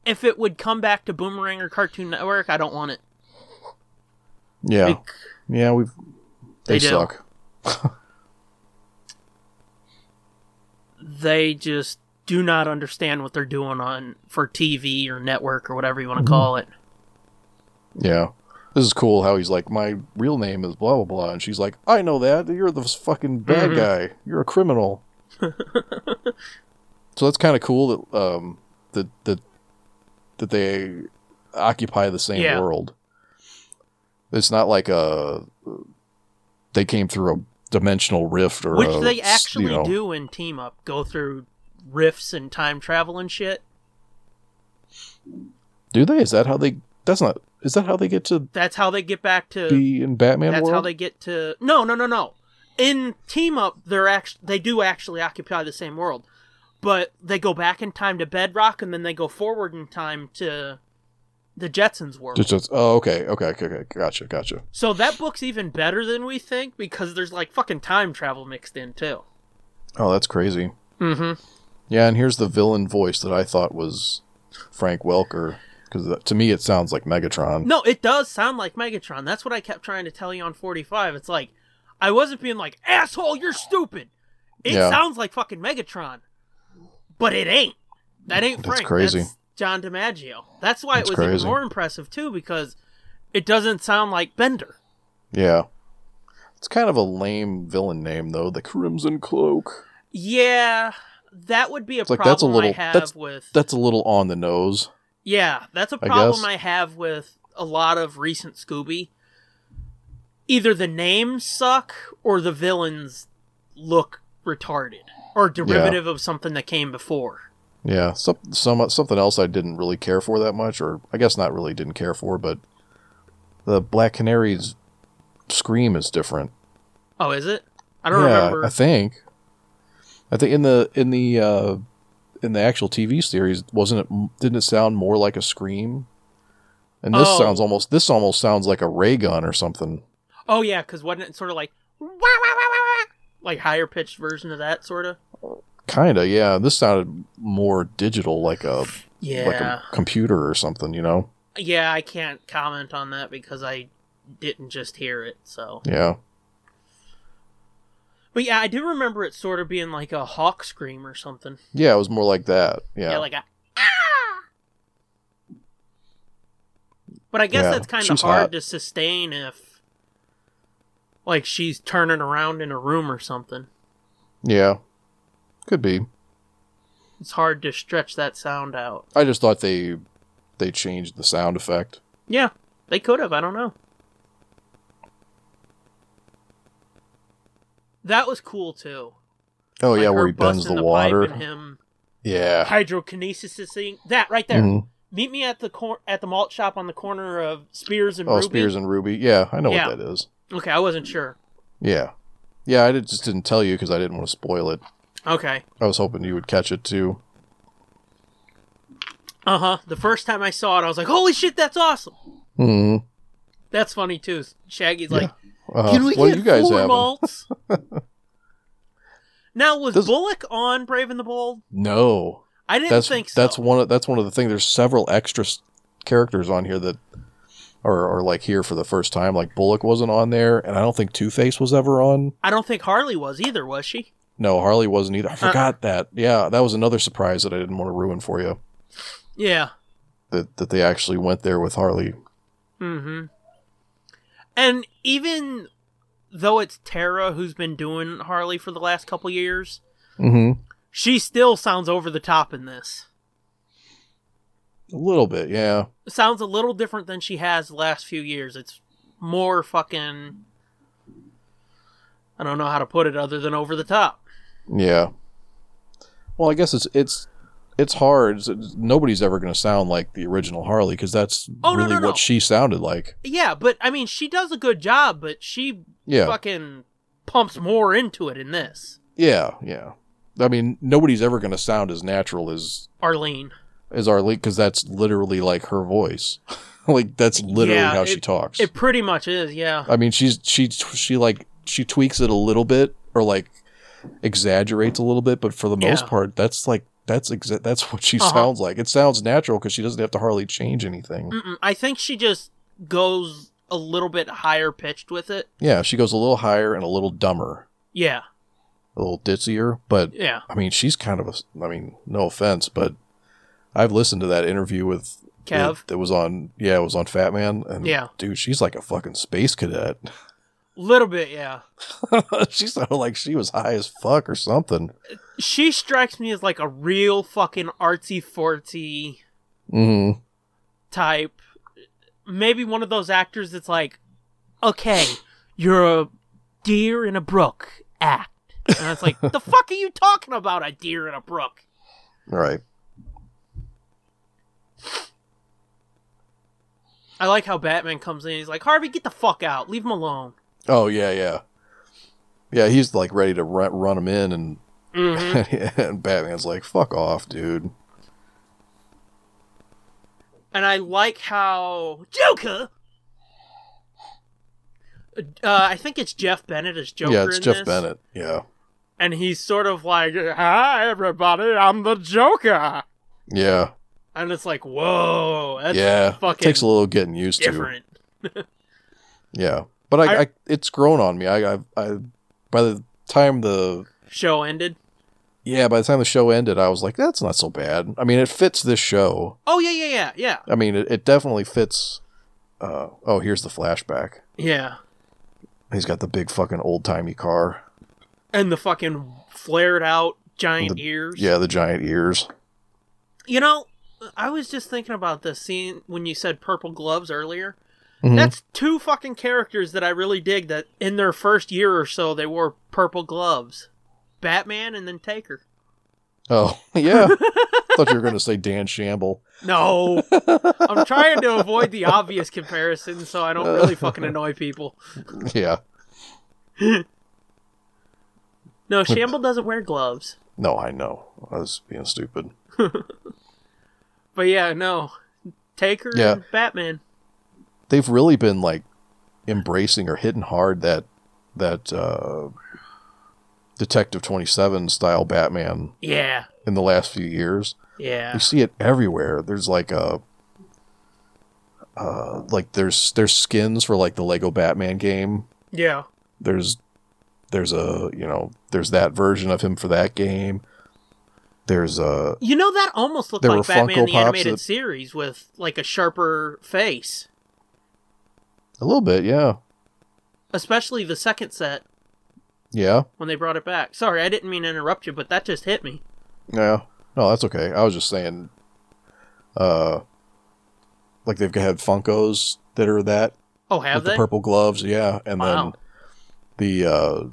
C: if it would come back to Boomerang or Cartoon Network, I don't want it.
D: yeah,
C: Like,
D: yeah, we've they,
C: They do.
D: suck.
C: they just do not understand what they're doing on for TV or network or whatever you want to call it.
D: Yeah, this is cool. How he's like, my real name is blah blah blah, and she's like, I know that you're the fucking bad
C: Mhm.
D: guy, you're a
C: [LAUGHS]
D: criminal. so that's kind of cool that um that that that they occupy the same
C: Yeah.
D: world. It's not like a they came through a dimensional rift or a
C: Which they
D: s-
C: actually
D: you know-
C: do in Team Up, go through rifts and time travel and shit.
D: Do they? Is that how they? That's not. Is that how they get to
C: That's how they get back to
D: be in Batman
C: that's
D: world?
C: how they get to no no no no in team up they're act they do actually occupy the same world but they go back in time to bedrock and then they go forward in time to the jetsons world
D: Just- just- oh, okay, okay, okay, okay. Gotcha, gotcha.
C: so that book's even better than we think because there's like fucking time travel mixed in too
D: Oh, that's crazy.
C: mm-hmm
D: Yeah, and here's the villain voice that I thought was Frank Welker because to me it sounds like Megatron.
C: no it does sound like megatron that's what i kept trying to tell you on 45 it's like i wasn't being like asshole you're stupid it
D: Yeah.
C: sounds like fucking megatron but it ain't that ain't
D: That's
C: frank
D: crazy.
C: That's john dimaggio that's why
D: That's
C: it was
D: crazy.
C: even more impressive too because it doesn't sound like bender
D: Yeah, it's kind of a lame villain name though, the Crimson Cloak.
C: yeah that would be a
D: It's like,
C: problem
D: that's a little-
C: i have
D: that's-
C: with
D: That's a little on the nose.
C: Yeah, that's a
D: I guess.
C: problem I, have with a lot of recent Scooby. Either the names suck or the villains look retarded or derivative of something that came before.
D: Yeah, some, some something else I didn't really care for that much, or I guess not really didn't care for, but the Black Canary's scream is different.
C: Oh, is it? I don't
D: yeah,
C: remember.
D: I think. I think in the in the uh, in the actual TV series, wasn't it? Didn't it sound more like a scream? And this
C: Oh.
D: sounds almost this almost sounds like a ray gun or something.
C: oh yeah, cuz wasn't it sort of like wah, wah, wah, wah, wah, like higher pitched version of that sort of?
D: Kinda, yeah. This sounded more digital, like a
C: Yeah.
D: like a computer or something. You know?
C: Yeah, I can't comment on that because I didn't just hear it, so.
D: Yeah.
C: But yeah, I do remember it sort of being like a hawk scream or something.
D: Yeah, it was more like that. Yeah.
C: Yeah, like a "Ah!" But I guess
D: Yeah,
C: that's kind of
D: she's
C: hard
D: hot.
C: to sustain if, like, she's turning around in a room or something.
D: yeah. Could be.
C: It's hard to stretch that sound out.
D: I just thought they they changed the sound effect.
C: Yeah, they could have. I don't know. That was cool too.
D: Oh
C: Like,
D: yeah, where
C: her
D: he bends
C: busting
D: the
C: pipe
D: water. Ah.
C: and him
D: Yeah.
C: hydrokinesis thing. That right there.
D: Mhm.
C: Meet me at the cor- at the malt shop on the corner of Spears and
D: Oh,
C: Ruby.
D: Spears and Ruby. Yeah, I know
C: Yeah.
D: what that is.
C: Okay, I wasn't sure.
D: Yeah. Yeah, I did, just didn't tell you because I didn't want to spoil it.
C: Okay.
D: I was hoping you would catch it too.
C: Uh huh. The first time I saw it, I was like, "Holy shit, that's awesome!"
D: hmm
C: That's funny too. Shaggy's
D: Yeah.
C: like,
D: Uh,
C: "Can we
D: what do [LAUGHS] you
C: get
D: guys
C: four
D: have?
C: malts?" Now was
D: This-
C: Bullock on Brave and the Bold?
D: No,
C: I didn't
D: that's
C: think so.
D: that's one of, that's one of the things. There's several extra s- characters on here that are, are like here for the first time. Like Bullock wasn't on there, and I don't think Two Face was ever on.
C: I don't think Harley was either, was she?
D: No, Harley wasn't
C: Uh-uh.
D: either. I forgot that. Yeah, that was another surprise that I didn't want to ruin for you.
C: Yeah.
D: That that they actually went there with Harley.
C: Mm-hmm. And even though it's Tara who's been doing Harley for the last couple years,
D: Mm-hmm.
C: she still sounds over the top in this.
D: A little bit, yeah.
C: Sounds a little different than she has the last few years. It's more fucking. I don't know how to put it other than over the top.
D: Yeah. Well, I guess it's it's it's hard. It's- it's- nobody's ever going to sound like the original Harley because that's
C: Oh, no,
D: really
C: no, no.
D: what she sounded like.
C: Yeah, but I mean, she does a good job, but she
D: Yeah,
C: fucking pumps more into it in this.
D: yeah, yeah. I mean, nobody's ever going to sound as natural as
C: Arlene.
D: as Harley because that's literally like her voice. [LAUGHS] like that's literally
C: Yeah,
D: how
C: it-
D: she talks.
C: It pretty much is, yeah.
D: I mean, she's she she like she tweaks it a little bit or like exaggerates a little bit, but for the most
C: Yeah.
D: part, that's like that's exa- that's what she
C: Uh-huh.
D: sounds like. It sounds natural because she doesn't have to hardly change anything.
C: Mm-mm. I think she just goes a little bit higher pitched with it.
D: Yeah, she goes a little higher and a little dumber,
C: Yeah,
D: a little ditzier, but
C: yeah.
D: I mean, she's kind of a I mean, no offense, but I've listened to that interview with
C: Kev,
D: with- that was on yeah, it was on Fat Man and
C: Yeah.
D: dude, she's like a fucking space cadet. [LAUGHS]
C: little bit, yeah.
D: she sounded like she was high as fuck or something.
C: She strikes me as like a real fucking artsy fartsy
D: Mhm.
C: type. Maybe one of those actors that's like, okay, you're a deer in a brook. Act. And it's like, the fuck are you talking about, a deer in a brook?
D: Right.
C: I like how Batman comes in. He's like, Harvey, get the fuck out. Leave him alone.
D: Oh yeah, yeah, yeah. He's like ready to run, run him in, and [LAUGHS]
C: Mm-hmm.
D: and Batman's like, "Fuck off, dude."
C: And I like how Joker. Uh, I think it's Jeff Bennett as Joker.
D: yeah, it's
C: in
D: Jeff
C: this,
D: Bennett. Yeah,
C: and he's sort of like, "Hi, everybody, I'm the Joker,"
D: yeah,
C: and it's like, "Whoa, that's
D: yeah.
C: fucking
D: Takes a little getting used
C: different."
D: to. Yeah, but I,
C: I-
D: I, it's grown on me. I, I, I, by the time the
C: Show ended.
D: yeah, by the time the show ended, I was like, "That's not so bad." I mean, it fits this show.
C: Oh yeah, yeah, yeah, yeah,
D: I mean, it, it definitely fits. Uh, oh, here's the flashback.
C: yeah.
D: He's got the big fucking old timey car.
C: And the fucking flared out giant
D: The-
C: ears.
D: Yeah, the giant ears.
C: You know, I was just thinking about this scene when you said purple gloves earlier.
D: Mhm.
C: That's two fucking characters that I really dig that in their first year or so they wore purple gloves. Batman and then Taker.
D: Oh, [LAUGHS] yeah. Thought you were going to say Dan Shamble. [LAUGHS]
C: No. I'm trying to avoid the obvious comparison so I don't
D: [LAUGHS]
C: really fucking annoy people.
D: Yeah.
C: No, Shamble doesn't wear gloves.
D: No, I know. I was being stupid.
C: But yeah, no. Taker
D: Yeah.
C: and Batman.
D: They've really been like embracing or hitting hard that that uh Detective 27 style Batman
C: Yeah.
D: in the last few years.
C: Yeah.
D: You see it everywhere. There's like a uh like there's there's skins for like the Lego Batman game.
C: Yeah.
D: there's there's a you know there's that version of him for that game there's a
C: You know that almost looked
D: There
C: like
D: were
C: Batman
D: Funko
C: the
D: Pops
C: animated
D: that-
C: series with like a sharper face.
D: a little bit yeah
C: Especially the second set
D: yeah
C: when they brought it back. Sorry, I didn't mean to interrupt you, but that just hit me.
D: yeah no that's okay i was just saying uh like they've had funkos that are that
C: Oh, have
D: with the
C: they?
D: purple gloves yeah and
C: Wow.
D: then the uh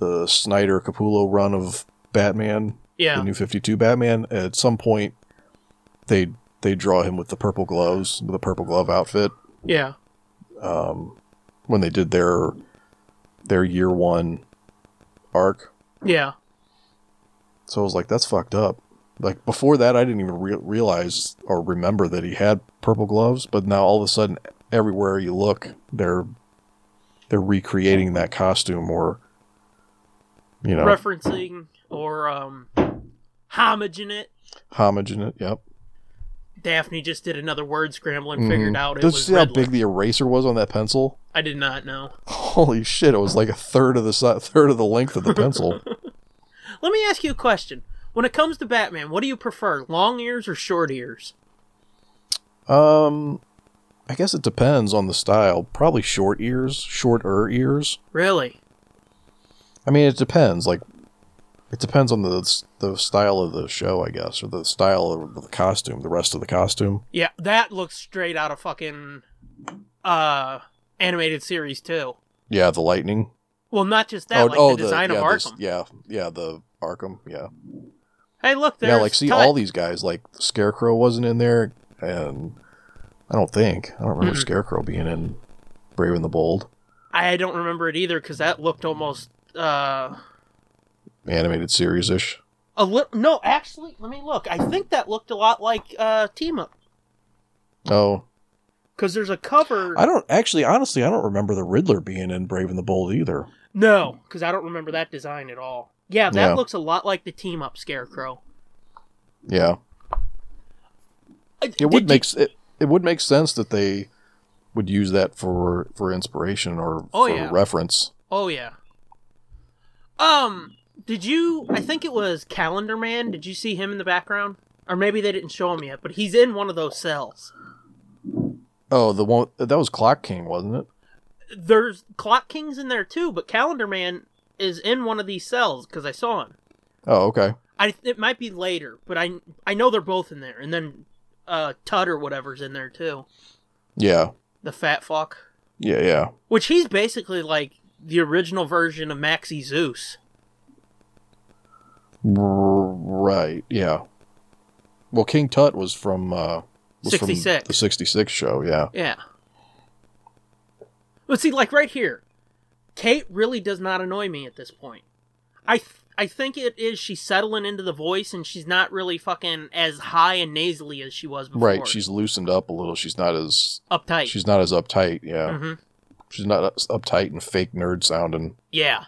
D: the snyder capullo run of batman the
C: yeah.
D: new 52 batman at some point they they draw him with the purple gloves with a purple glove outfit
C: Yeah.
D: um, when they did their their year one arc.
C: Yeah.
D: So I was like, that's fucked up. Like before that, I didn't even re- realize or remember that he had purple gloves. But now all of a sudden, everywhere you look, they're they're recreating that costume or You know,
C: referencing or um, homaging it.
D: homage in it. Yep.
C: Daphne just did another word scramble and
D: Mhm.
C: figured out it
D: Did you
C: was
D: see how
C: red
D: big
C: lip.
D: the eraser was on that pencil? [LAUGHS]
C: I did not know.
D: Holy shit! It was like a third of the si- third of the length of the
C: [LAUGHS]
D: pencil.
C: Let me ask you a question. When it comes to Batman, what do you prefer, long ears or short ears?
D: um, I guess it depends on the style. Probably short ears, shorter ears.
C: Really?
D: I mean, it depends. Like, it depends on the the style of the show, I guess, or the style of the costume, the rest of the costume.
C: Yeah, that looks straight out of fucking uh animated series too.
D: Yeah, the lightning. Oh,
C: Well, not just that, like the design
D: yeah,
C: of
D: this-
C: Arkham.
D: yeah, yeah, the Arkham. Yeah,
C: Hey, look, there's
D: yeah. Like, see,
C: Tut.
D: all these guys. Like, Scarecrow wasn't in there, and I don't think I don't remember
C: Mhm.
D: Scarecrow being in Brave and the Bold
C: I don't remember it either because that looked almost uh
D: animated series ish.
C: a little. No, actually, let me look. I think that looked a lot like uh Team Up
D: Oh,
C: because there's a cover.
D: I don't actually, honestly, I don't remember the Riddler being in Brave and the Bold either.
C: No, because I don't remember that design at all. Yeah, that
D: Yeah.
C: looks a lot like the Team Up Scarecrow.
D: Yeah, it would make s it, it would make sense that they would use that for for inspiration or
C: Oh,
D: for
C: yeah.
D: reference.
C: Oh yeah. Um, did you? I think it was Calendar Man. Did you see him in the background? Or maybe they didn't show him yet, but he's in one of those cells.
D: Oh, the one that was Clock King, wasn't it?
C: There's Clock King's in there too, but Calendar Man is in one of these cells because I saw him.
D: Oh, okay.
C: I it might be later, but I I know they're both in there, and then uh Tut or whatever's in there too.
D: Yeah,
C: The fat fuck,
D: yeah, yeah.
C: which he's basically like the original version of Maxi Zeus.
D: R- Right. Yeah. Well, King Tut was from uh, was from
C: 66.
D: the '66 show. Yeah.
C: Yeah. But see, like right here, Kate really does not annoy me at this point. I th- I think it is she's settling into the voice and she's not really fucking as high and nasally as she was before.
D: Right. She's loosened up a little. She's not as
C: uptight.
D: she's not as uptight. Yeah.
C: hmm
D: She's not as uptight and fake nerd sounding.
C: Yeah.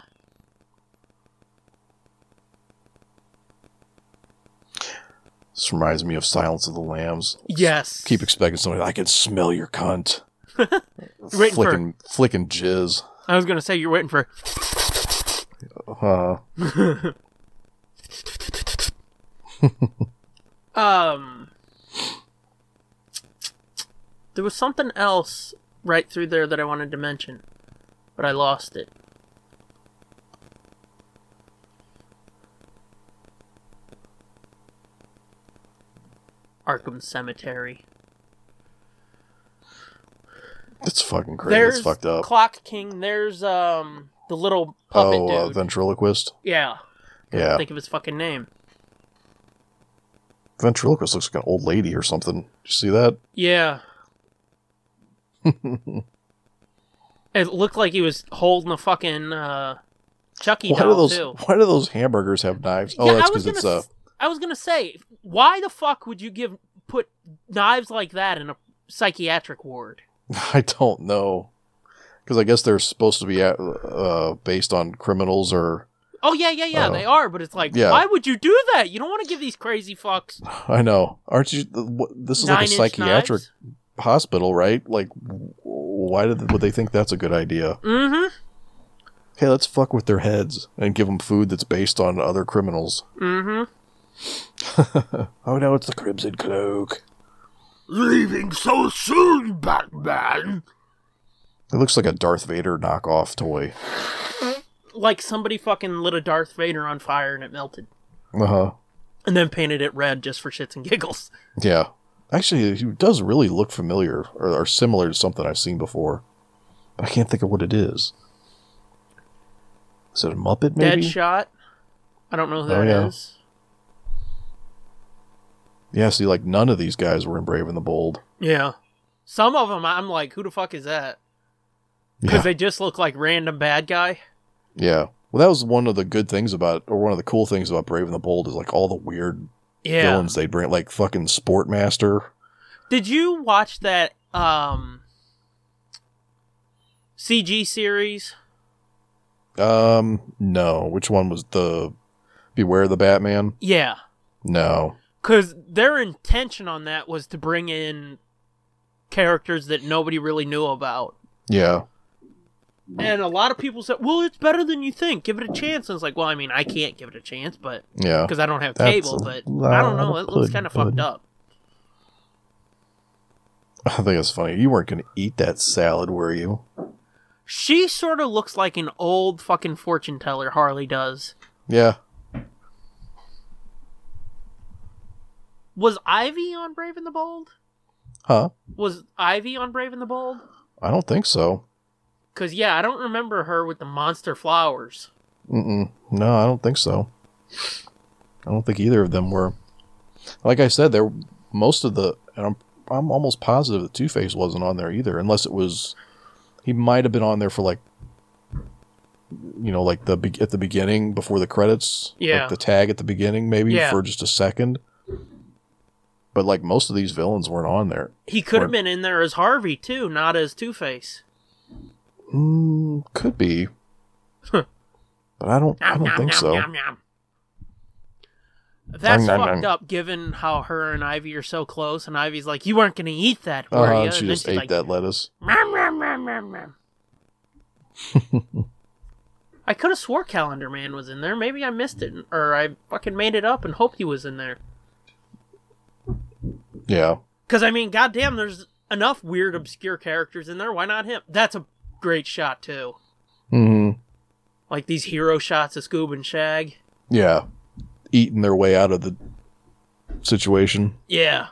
D: This reminds me of Silence of the Lambs.
C: Yes.
D: Keep expecting somebody. I can smell your cunt.
C: Waiting for-
D: flicking flicking jizz.
C: I was gonna say you're waiting for.
D: Uh,
C: Um. There was something else right through there that I wanted to mention, but I lost it. Arkham Cemetery.
D: it's fucking crazy.
C: There's
D: it's fucked up.
C: Clock King. There's um the little puppet
D: oh, uh,
C: dude.
D: ventriloquist.
C: yeah,
D: Yeah,
C: think of his fucking name.
D: ventriloquist looks like an old lady or something. Did you see that? [LAUGHS]
C: Yeah. it looked like he was holding a fucking uh, Chucky
D: why do
C: doll
D: those
C: too.
D: [LAUGHS] why do those hamburgers have knives? Oh,
C: Yeah,
D: that's
C: I was
D: because it's
C: gonna
D: uh
C: s- I was gonna say, why the fuck would you give put knives like that in a psychiatric ward?
D: uh, [LAUGHS] I don't know because I guess they're supposed to be uh, uh, based on criminals or
C: Oh yeah, yeah, yeah,
D: Oh.
C: they are, but it's like,
D: Yeah.
C: why would you do that? You don't want to give these crazy fucks
D: I know aren't you? what- This is like a
C: nine-inch
D: psychiatric
C: knives.
D: hospital, right? Like, w- why did would they think that's a good idea?
C: Mm-hmm.
D: Hey, let's fuck with their heads and give them food that's based on other criminals.
C: Mm-hmm.
D: Oh no, it's the Crimson Cloak.
C: Leaving so soon,
B: [LAUGHS]
C: Batman.
D: It looks like a Darth Vader knockoff toy.
C: Like somebody fucking lit a Darth Vader on fire and it melted.
D: Uh huh.
C: and then painted it red just for shits and giggles.
D: Yeah. Actually, it does really look familiar or, or similar to something I've seen before. But I can't think of what it is. Is it a Muppet, maybe?
C: Deadshot. I don't know who
D: Oh,
C: that is.
D: yeah. yeah, see, like none of these guys were in Brave and the Bold.
C: Yeah. Some of them, I'm like, who the fuck is that? Because
D: Yeah.
C: they just look like random bad guy.
D: yeah. Well, that was one of the good things about, or one of the cool things about Brave and the Bold is like all the weird
C: Yeah.
D: villains they'd bring, like fucking Sportmaster.
C: Did you watch that um CG series?
D: Um, no. Which one was the Beware the Batman?
C: Yeah,
D: No.
C: because their intention on that was to bring in characters that nobody really knew about.
D: Yeah.
C: And a lot of people said, "Well, it's better than you think. Give it a chance." And it's like, well, I mean, I can't give it a chance, but
D: Yeah.
C: because I don't have
D: That's
C: cable.
D: a
C: But
D: lot
C: I don't know.
D: of
C: It looks kind of
D: pudding,
C: fucked up.
D: [LAUGHS] I think it's funny. You weren't going to eat that salad, were you?
C: She sort of looks like an old fucking fortune teller. Harley does.
D: Yeah.
C: Was Ivy on Brave and the Bold?
D: Huh?
C: Was Ivy on Brave and the Bold?
D: I don't think so.
C: Cause yeah, I don't remember her with the monster flowers.
D: Mm-mm. No, I don't think so. I don't think either of them were. Like I said, there most of the, and I'm I'm almost positive that Two Face wasn't on there either, unless it was. He might have been on there for like, you know, like the be- at the beginning before the credits,
C: Yeah.
D: like the tag at the beginning, maybe
C: Yeah.
D: for just a second. But like most of these villains weren't on there.
C: He could have
D: Or-
C: been in there as Harvey too, not as Two Face.
D: Mm, could be,
C: Huh.
D: but I don't. I don't think so.
C: That's
D: Nom, nom,
C: fucked
D: nom.
C: up, given how her and Ivy are so close, and Ivy's like, "You weren't gonna eat that, were
D: Uh,
C: you?"
D: she
C: And then
D: just
C: she's
D: ate
C: like,
D: that lettuce.
C: "Nom, nom, nom, nom, nom." I could have swore Calendar Man was in there. Maybe I missed it, or I fucking made it up and hoped he was in there.
D: Yeah.
C: Because I mean, goddamn, there's enough weird, obscure characters in there. Why not him? That's a great shot too.
D: hmm
C: Like these hero shots of Scoob and Shag.
D: Yeah. Eating their way out of the situation.
C: Yeah.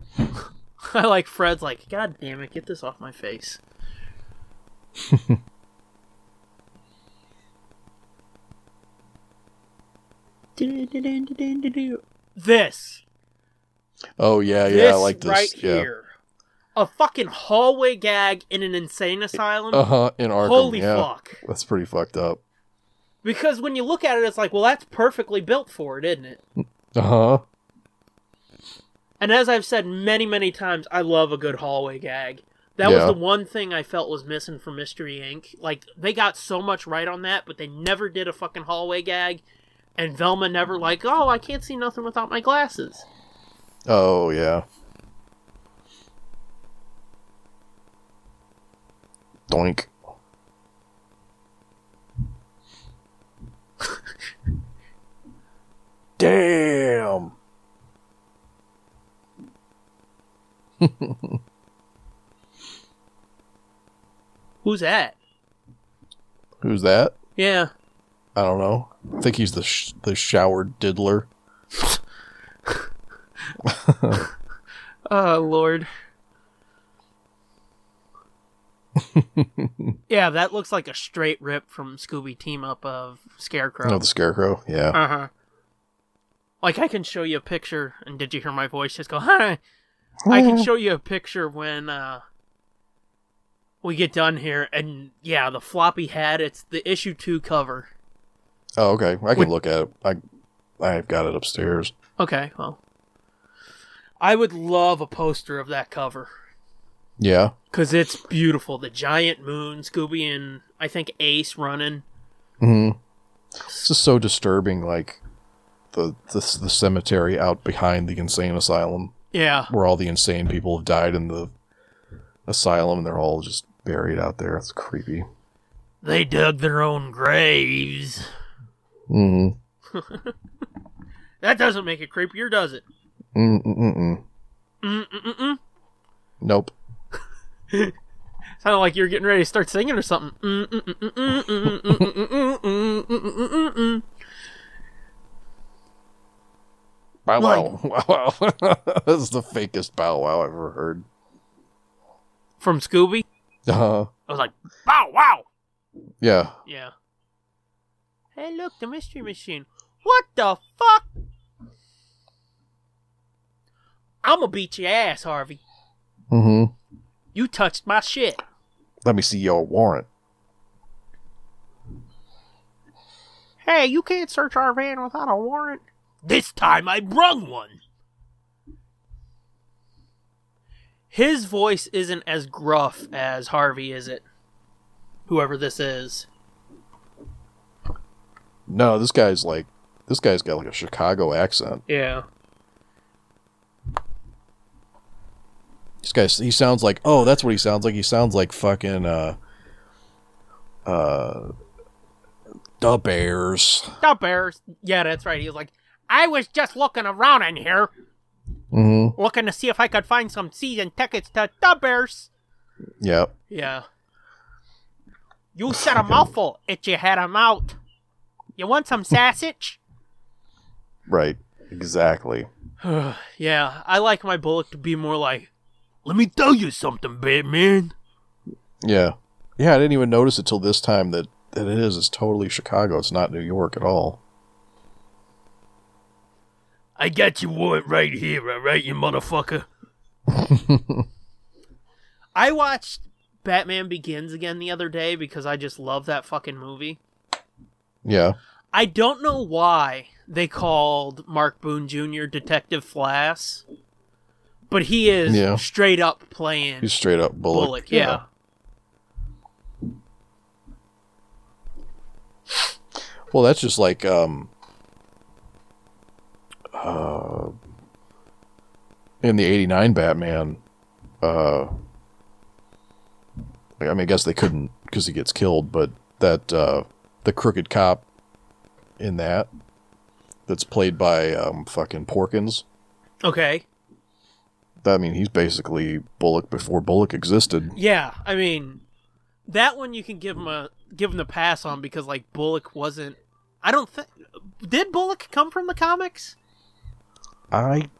C: [LAUGHS] I like Fred's like, God damn it, get this off my face. this.
D: Oh yeah, yeah,
C: this
D: I like this.
C: right
D: yeah.
C: here. A fucking hallway gag in an insane asylum.
D: Uh huh. In Arkham.
C: Holy
D: yeah.
C: fuck.
D: That's pretty fucked up.
C: Because when you look at it, it's like, well, that's perfectly built for it, isn't it?
D: Uh huh.
C: And as I've said many, many times, I love a good hallway gag. That
D: Yeah.
C: was the one thing I felt was missing from Mystery Inc. Like, they got so much right on that, but they never did a fucking hallway gag. And Velma never, like, oh, I can't see nothing without my glasses.
D: Oh yeah. Doink. [LAUGHS] Damn.
C: Who's that?
D: Who's that?
C: Yeah.
D: I don't know. I think he's the sh- the shower diddler.
C: Oh, Lord. yeah, that looks like a straight rip from Scooby Team Up of Scarecrow.
D: Oh, the scarecrow. Yeah.
C: Uh huh. Like I can show you a picture, and did you hear my voice just go? Huh? I [LAUGHS] can show you a picture when uh, we get done here, and yeah, the floppy hat. It's the issue two cover.
D: Oh, okay. I
C: Would-
D: can look at it. I I've got it upstairs.
C: Okay, well, I would love a poster of that cover
D: Yeah.
C: because it's beautiful. The giant moon, Scooby, and I think Ace running.
D: hmm This is so disturbing. Like the this the cemetery out behind the insane asylum
C: Yeah,
D: where all the insane people have died in the asylum and they're all just buried out there. It's creepy.
C: they dug their own graves.
D: Mm.
C: That doesn't make it creepier, does it?
D: Mm. mm, mm, mm.
C: Mm mm mm mm.
D: Nope.
C: Sounded like you're getting ready to start singing or something. Mm, Mm-mm-mm-mm-mm-mm-mm-mm-mm-mm-mm-mm-mm-mm.
D: [LAUGHS] Bow wow.
C: Like-
D: Wow wow. this is the fakest bow wow I've ever heard.
C: From Scooby?
D: Uh,
C: I was like, wow, wow.
D: yeah.
C: Yeah. Hey, look, the mystery machine. What the fuck? I'ma beat your ass, Harvey.
D: hmm
C: You touched my shit.
D: Let me see your warrant.
C: Hey, you can't search our van without a warrant. This time I brung one. His voice isn't as gruff as Harvey, is it? Whoever this is.
D: No, this guy's like this guy's got like a Chicago accent.
C: Yeah.
D: This guy he sounds like oh, that's what he sounds like. He sounds like fucking uh uh the Bears.
C: The Bears. Yeah, that's right. He was like, I was just looking around in here,
D: Mm-hmm.
C: looking to see if I could find some season tickets to the Bears.
D: Yep.
C: Yeah. You said a mouthful. Itchy had him out. You want some sausage?
D: Right. Exactly.
C: yeah, I like my bullock to be more like, let me tell you something, Batman.
D: Yeah. Yeah, I didn't even notice it till this time that, that it is. It's totally Chicago. It's not New York at all.
C: I got your warrant right here, alright, you motherfucker. I watched Batman Begins again the other day because I just love that fucking movie.
D: Yeah.
C: I don't know why they called Mark Boone Jr. Detective Flass, but he is
D: Yeah.
C: straight up playing
D: He's straight up Bullock.
C: Bullock. yeah.
D: Well, that's just like um uh in the 89 Batman uh I mean I guess they couldn't cuz he gets killed, but that uh the crooked cop in that that's played by um fucking Porkins.
C: Okay.
D: I mean, he's basically Bullock before Bullock existed.
C: Yeah, I mean, that one you can give him a give him the pass on because like Bullock wasn't. I don't think did Bullock come from the comics?
D: I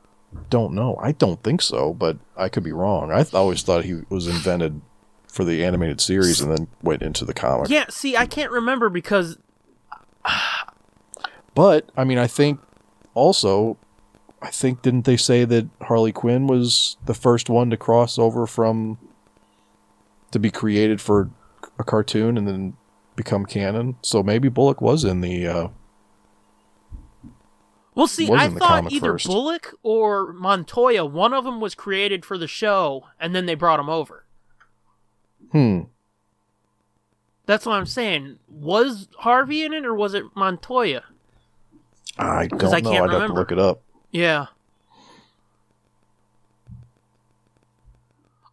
D: don't know. I don't think so, but I could be wrong. I th- always thought he was invented for the animated series and then went into the comic.
C: Yeah. See, I can't remember because
D: But I mean, I think also, I think didn't they say that Harley Quinn was the first one to cross over from to be created for a cartoon and then become canon? So maybe Bullock was in the uh,
C: well, see,
D: Was
C: I
D: in the
C: thought
D: comic
C: either
D: first.
C: Bullock or Montoya, one of them was created for the show, and then they brought him over.
D: hmm.
C: That's what I'm saying. Was Harvey in it or was it Montoya?
D: I don't
C: I
D: know.
C: can't
D: I'd have to
C: remember.
D: look it up.
C: Yeah.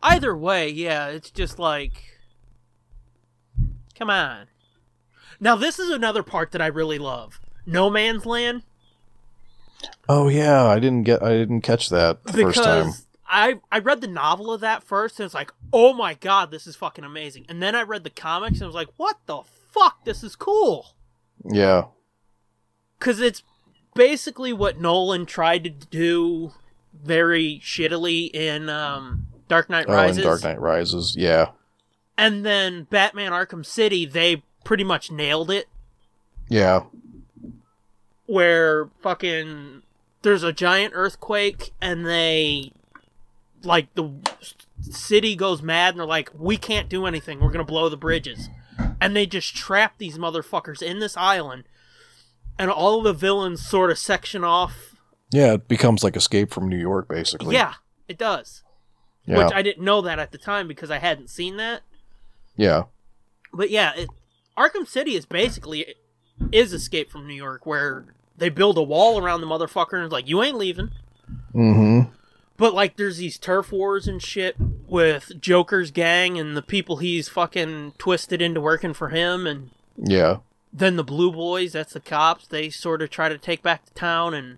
C: Either way, yeah, it's just like Come on. Now this is another part that I really love. No Man's Land
D: Oh yeah, I didn't get. I didn't catch that the
C: because
D: first time.
C: I I read the novel of that first and it's like, "Oh my god, this is fucking amazing." And then I read the comics and I was like, "What the fuck? This is cool."
D: Yeah. Oh,
C: because it's basically what Nolan tried to do very shittily in um, Dark Knight
D: Oh, and
C: Rises,
D: Dark Knight Rises. Yeah.
C: and then Batman Arkham City. They pretty much nailed it,
D: Yeah.
C: where fucking there's a giant earthquake, and they like the city goes mad, and they're like, "We can't do anything. We're gonna blow the bridges," and they just trap these motherfuckers in this island. And all the villains sort of section off
D: Yeah, it becomes like Escape from New York, basically.
C: Yeah, it does.
D: Yeah.
C: Which I didn't know that at the time because I hadn't seen that.
D: yeah.
C: But yeah, it, Arkham City is basically is Escape from New York, where they build a wall around the motherfucker and it's like you ain't leaving.
D: Mm-hmm.
C: But like, there's these turf wars and shit with Joker's gang and the people he's fucking twisted into working for him, and [LAUGHS]
D: Yeah.
C: then the Blue Boys, that's the cops. They sort of try to take back the town, and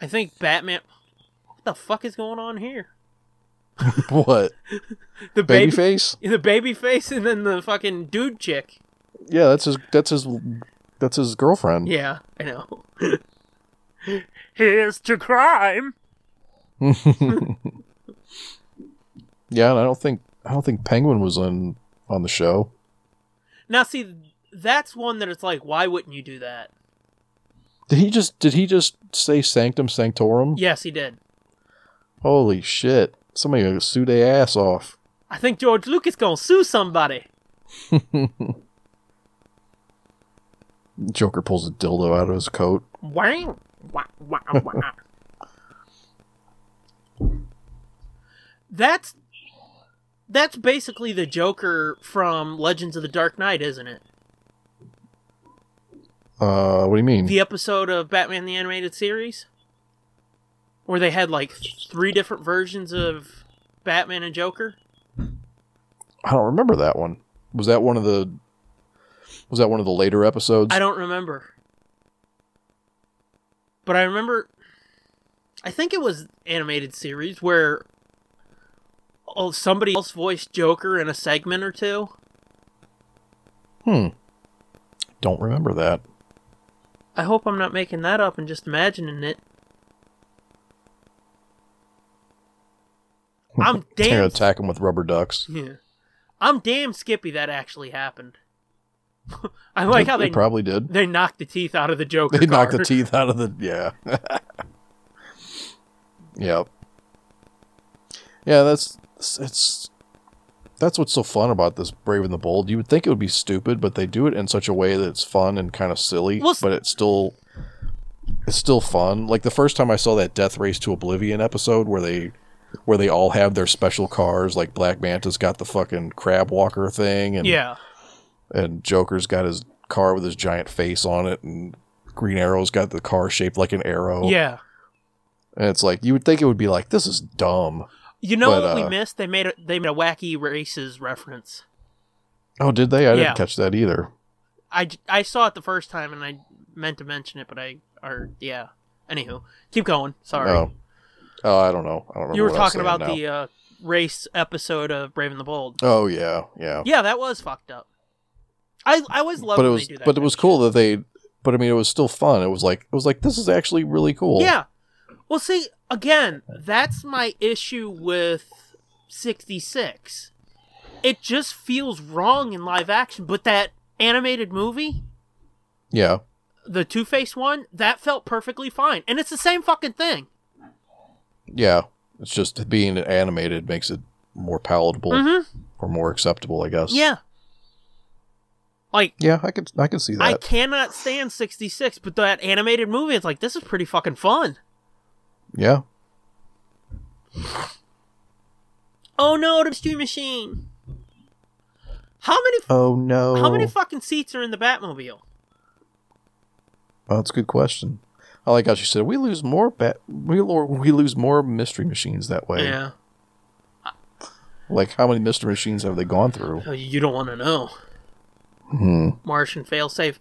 C: I think Batman. What the fuck is going on here?
D: What?
C: The baby
D: Babyface?
C: the baby face and then the fucking dude chick.
D: Yeah, that's his that's his that's his girlfriend.
C: Yeah, I know. [LAUGHS] Here's to crime.
D: Yeah. and I don't think I don't think Penguin was on on the show.
C: Now, see, that's one that it's like, why wouldn't you do that?
D: Did he just did he just say Sanctum Sanctorum?
C: Yes, he did.
D: Holy shit. Somebody gonna sue their ass off.
C: I think George Lucas gonna sue somebody.
D: Joker pulls a dildo out of his coat.
C: Wow. Wow, wow, wow. that's that's basically the Joker from Legends of the Dark Knight, isn't it?
D: Uh, what do you mean?
C: The episode of Batman the Animated Series where they had like th- three different versions of Batman and Joker.
D: I don't remember that one. Was that one of the? Was that one of the later episodes?
C: I don't remember. But I remember I think it was animated series where oh, somebody else voiced Joker in a segment or two.
D: hmm. Don't remember that.
C: I hope I'm not making that up and just
D: [LAUGHS]
C: imagining it. I'm
D: They're
C: damn
D: gonna attack him with rubber ducks.
C: [LAUGHS] Yeah. I'm damn skippy that actually happened. [LAUGHS] I like how
D: they,
C: they
D: probably did.
C: they knocked the teeth out of the Joker.
D: They knocked
C: car.
D: the teeth out of the yeah. [LAUGHS] yeah. Yeah, that's it's that's what's so fun about this Brave and the Bold. You would think it would be stupid, but they do it in such a way that it's fun and kind of silly,
C: Well, s-
D: but it's still it's still fun. Like the first time I saw that Death Race to Oblivion episode where they where they all have their special cars, like Black Manta's got the fucking crab walker thing and
C: Yeah.
D: and Joker's got his car with his giant face on it, and Green Arrow's got the car shaped like an arrow.
C: Yeah.
D: and it's like you would think it would be like this is dumb.
C: You know
D: But,
C: what we
D: uh,
C: missed? They made a they made a wacky races reference.
D: Oh, did they? I
C: Yeah.
D: didn't catch that either.
C: I, j- I saw it the first time and I meant to mention it, but I or yeah. Anywho, keep going. Sorry.
D: Oh, oh, I don't know. I don't remember.
C: you were
D: what I was
C: talking
D: saying
C: about
D: now.
C: the uh, race episode of Brave and the Bold.
D: Oh yeah, yeah.
C: Yeah, that was fucked up. I I always love
D: but it
C: when
D: was,
C: they do that.
D: but it
C: type
D: was
C: of
D: cool
C: shit.
D: that they. But I mean, it was still fun. It was like it was like this is actually really cool.
C: Yeah. Well, see, again, that's my issue with 66. It just feels wrong in live action, but that animated movie,
D: yeah.
C: the Two Face one, that felt perfectly fine. And it's the same fucking thing.
D: Yeah. It's just being animated makes it more palatable
C: Mhm.
D: or more acceptable, I guess.
C: Yeah. Like,
D: Yeah, I could I could see that.
C: I cannot stand 66, but that animated movie, it's like, this is pretty fucking fun.
D: yeah.
C: Oh no, the steam machine. How many
D: Oh no.
C: how many fucking seats are in the Batmobile?
D: Well, that's a good question. I like how she said we lose more bat we lo- we lose more mystery machines that way.
C: Yeah.
D: Like how many mystery machines have they gone through?
C: Oh, you don't want to know.
D: Hmm.
C: Martian failsafe.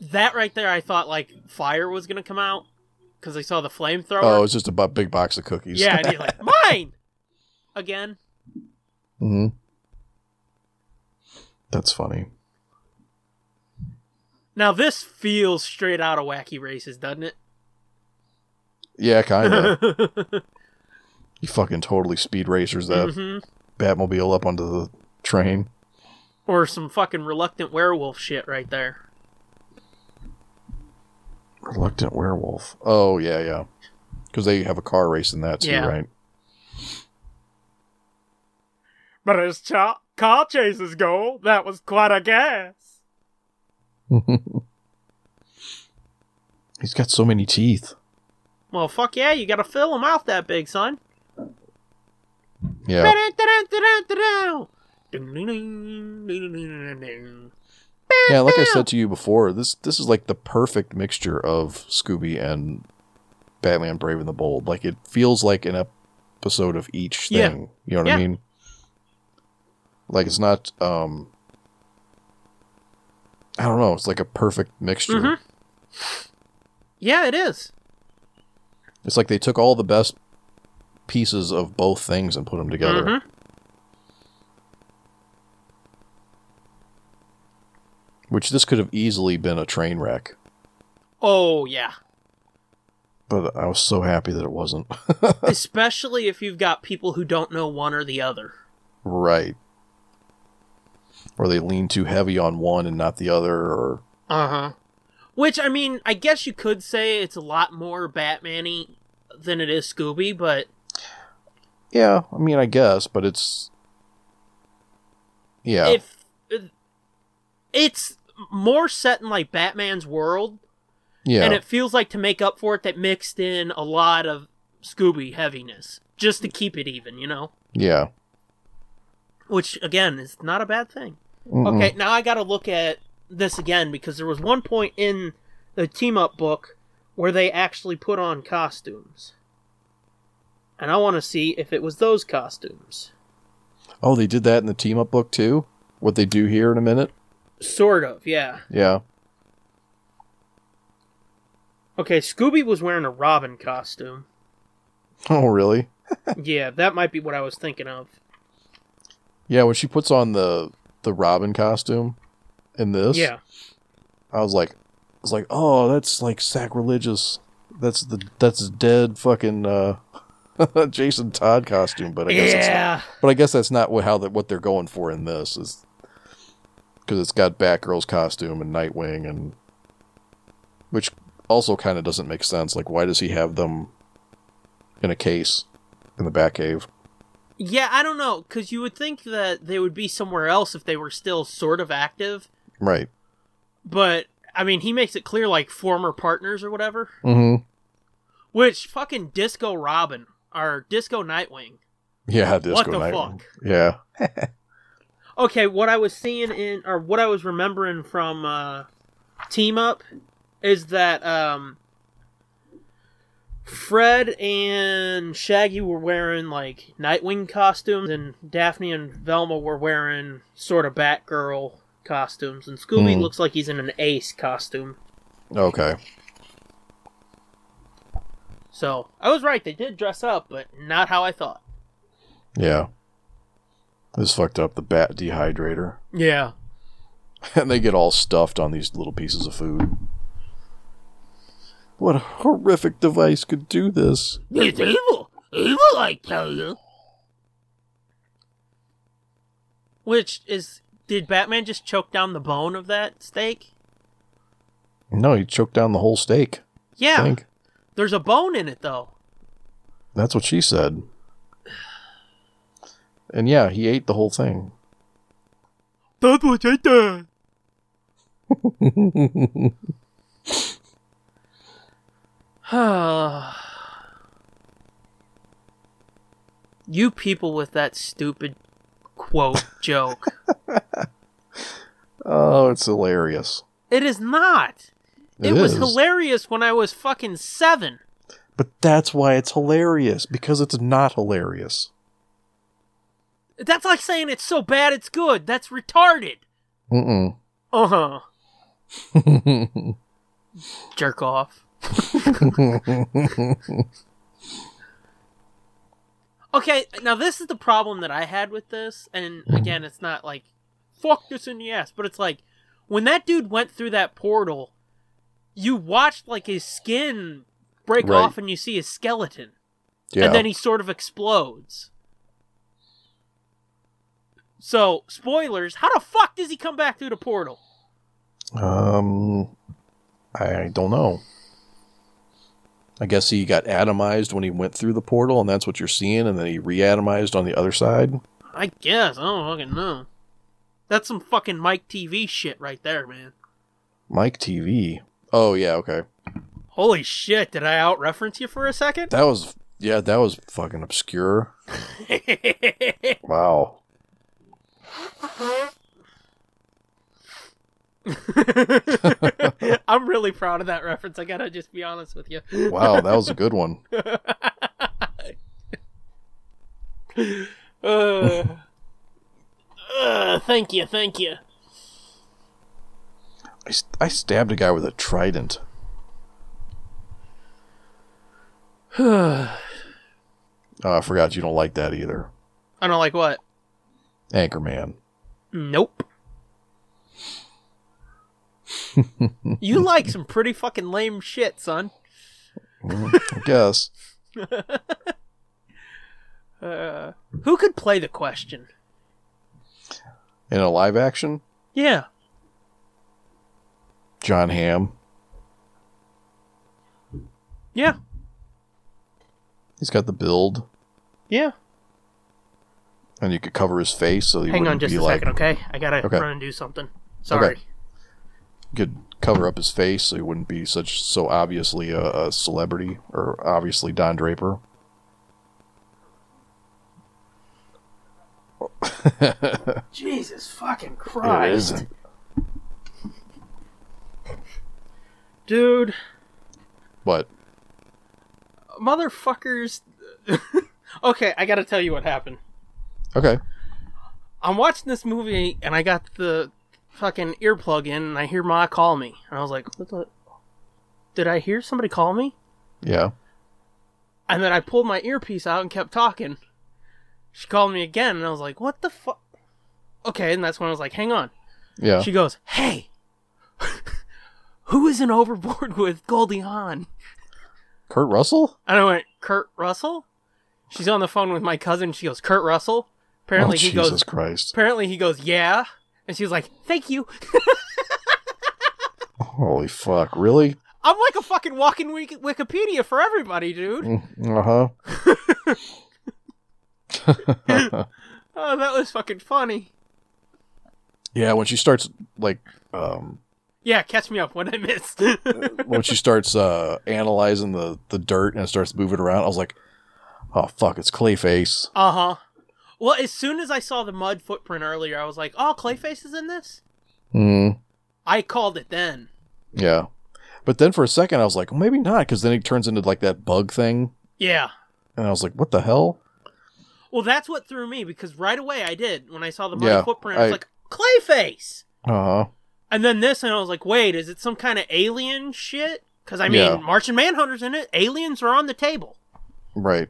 C: That right there, I thought like fire was gonna come out because I saw the flamethrower.
D: Oh, it's just a bu- big box of cookies.
C: yeah, and he's like mine [LAUGHS] again.
D: hmm That's funny.
C: Now this feels straight out of wacky races, doesn't it?
D: Yeah, kind
C: [LAUGHS]
D: of. you fucking totally speed racers that
C: hmm
D: Batmobile up onto the train.
C: Or some fucking reluctant werewolf shit right there.
D: Reluctant werewolf. Oh yeah, yeah. Because they have a car race in that too,
C: Yeah.
D: right? [LAUGHS]
C: But as cha- car chases go, that was quite a gas.
D: He's got so many teeth.
C: Well, fuck yeah, you gotta fill them out that big, son.
D: Yeah.
C: Yeah,
D: Yeah, like I
C: [LAUGHS]
D: said to you before, this this is like the perfect mixture of Scooby and Batman Brave and the Bold. Like it feels like an episode of each
C: Yeah.
D: thing. You know what
C: Yeah.
D: I mean? Like it's not um I don't know, it's like a perfect mixture.
C: Mhm. Yeah, it is.
D: It's like they took all the best pieces of both things and put them together.
C: Mhm.
D: Which this could have easily been a train wreck,
C: Oh yeah.
D: but I was so happy that it wasn't.
C: Especially if you've got people who don't know one or the other.
D: Right. Or they lean too heavy on one and not the other, or
C: Uh-huh. Which I mean, I guess you could say it's a lot more Batman-y than it is Scooby, but
D: yeah, I mean, I guess, but it's yeah,
C: if it's more set in like Batman's world,
D: yeah,
C: and it feels like to make up for it that mixed in a lot of Scooby heaviness just to keep it even, you know?
D: yeah.
C: Which again is not a bad thing.
D: Mm-mm.
C: Okay, now I got to look at this again because there was one point in the team up book where they actually put on costumes. And I want to see if it was those costumes.
D: Oh, they did that in the team up book too? What they do here in a minute?
C: Sort of, yeah.
D: Yeah. [LAUGHS]
C: Okay, Scooby was wearing a Robin costume.
D: Oh, really?
C: yeah, that might be what I was thinking of.
D: Yeah, when she puts on the the Robin costume in this,
C: Yeah.
D: I was like, I was like, oh, that's like sacrilegious. That's the that's dead fucking uh, [LAUGHS] Jason Todd costume. But I guess it's not,
C: Yeah.
D: but I guess that's not what how that what they're going for in this is because it's got Batgirl's costume and Nightwing and which also kind of doesn't make sense. Like, why does he have them in a case in the Batcave?
C: Yeah, I don't know, because you would think that they would be somewhere else if they were still sort of active,
D: Right.
C: but I mean, he makes it clear like former partners or whatever.
D: Mm-hmm.
C: Which fucking Disco Robin or Disco Nightwing.
D: Yeah. Disco
C: What the
D: Nightwing.
C: fuck?
D: Yeah.
C: Okay, what I was seeing in or what I was remembering from uh, Team Up is that um, Fred and Shaggy were wearing like Nightwing costumes, and Daphne and Velma were wearing sort of Batgirl costumes, and Scooby
D: Hmm.
C: looks like he's in an Ace costume.
D: Okay.
C: So I was right; they did dress up, but not how I thought.
D: Yeah. This fucked up the bat dehydrator. [LAUGHS]
C: Yeah.
D: and they get all stuffed on these little pieces of food. What a horrific device could do this.
B: It's evil. Evil, I tell you.
C: Which is did Batman just choke down the bone of that steak?
D: No, he choked down the whole steak.
C: Yeah.
D: I think.
C: There's a bone in it though. [SIGHS]
D: That's what she said. And yeah, he ate the whole thing.
C: That's what I did. you people with that stupid quote [LAUGHS] joke.
D: oh, it's hilarious.
C: It is not. It,
D: It
C: was
D: is.
C: hilarious when I was fucking seven.
D: But that's why it's hilarious, because it's not hilarious.
C: That's like saying it's so bad it's good. That's retarded.
D: Mm-mm.
C: Uh [LAUGHS] huh. Jerk off. [LAUGHS] Okay, now this is the problem that I had with this, and
D: Mm-hmm.
C: again, it's not like fuck this in the ass, but it's like when that dude went through that portal, you watched like his skin break
D: Right.
C: off, and you see his skeleton,
D: yeah.
C: and then he sort of explodes. So, spoilers, how the fuck does he come back through the portal?
D: Um, I don't know. I guess he got atomized when he went through the portal, and that's what you're seeing, and then he reatomized on the other side.
C: I guess, I don't fucking know. That's some fucking Mike TV shit right there, man.
D: Mike TV. Oh yeah, okay.
C: Holy shit, did I out reference you for a second?
D: That was yeah, that was fucking obscure. Wow.
C: [LAUGHS] I'm really proud of that reference. I gotta just be honest with you.
D: Wow, that was a good one.
C: Uh, uh, thank you, thank you.
D: I, s- I stabbed a guy with a trident. [SIGHS] Oh, I forgot you don't like that either.
C: I don't like what?
D: Anchorman.
C: Nope. you like some pretty fucking lame shit, son.
D: I guess.
C: Uh, who could play the question?
D: In a live action,
C: Yeah.
D: John Hamm.
C: Yeah.
D: He's got the build.
C: Yeah.
D: and you could cover his face so he
C: Hang
D: wouldn't
C: on just
D: be
C: a
D: like
C: second, okay? I gotta
D: Okay.
C: run and do something. Sorry.
D: you could cover up his face so he wouldn't be such so obviously a, a celebrity or obviously Don Draper.
C: Jesus fucking
D: It
C: Christ.
D: isn't.
C: Dude,
D: But
C: motherfuckers. [LAUGHS] okay, I gotta tell you what happened.
D: okay,
C: I'm watching this movie and I got the fucking earplug in and I hear Ma call me. And I was like, what the? Did I hear somebody call me?
D: yeah,
C: And then I pulled my earpiece out and kept talking. She called me again and I was like, what the fuck? Okay, and that's when I was like, hang on.
D: yeah.
C: She goes, hey, [LAUGHS] who isn't overboard with Goldie Hawn?
D: Kurt Russell?
C: And I went, Kurt Russell? She's on the phone with my cousin. She goes, Kurt Russell? Apparently
D: oh,
C: he
D: Jesus
C: goes,
D: Christ!
C: apparently he goes, yeah. And she was like, thank you.
D: Holy fuck! Really?
C: I'm like a fucking walking wiki- Wikipedia for everybody, dude.
D: Uh huh.
C: Oh, that was fucking funny.
D: yeah, when she starts like, um,
C: Yeah, catch me up when I missed. [LAUGHS] Uh-huh.
D: when [LAUGHS] she starts uh analyzing the the dirt and starts moving around, I was like, oh fuck, it's Clayface.
C: uh huh. Well, as soon as I saw the mud footprint earlier, I was like, oh, Clayface is in this?
D: Hmm.
C: I called it then.
D: Yeah. But then for a second, I was like, well, maybe not, because then it turns into like that bug thing,
C: Yeah.
D: and I was like, what the hell?
C: Well, that's what threw me because right away I did. When I saw the mud
D: Yeah,
C: footprint, I
D: I-
C: was like, Clayface!
D: Uh huh.
C: And then this, and I was like, wait, is it some kind of alien shit? Because, I mean,
D: Yeah.
C: Martian Manhunter's in it. Aliens are on the table.
D: Right.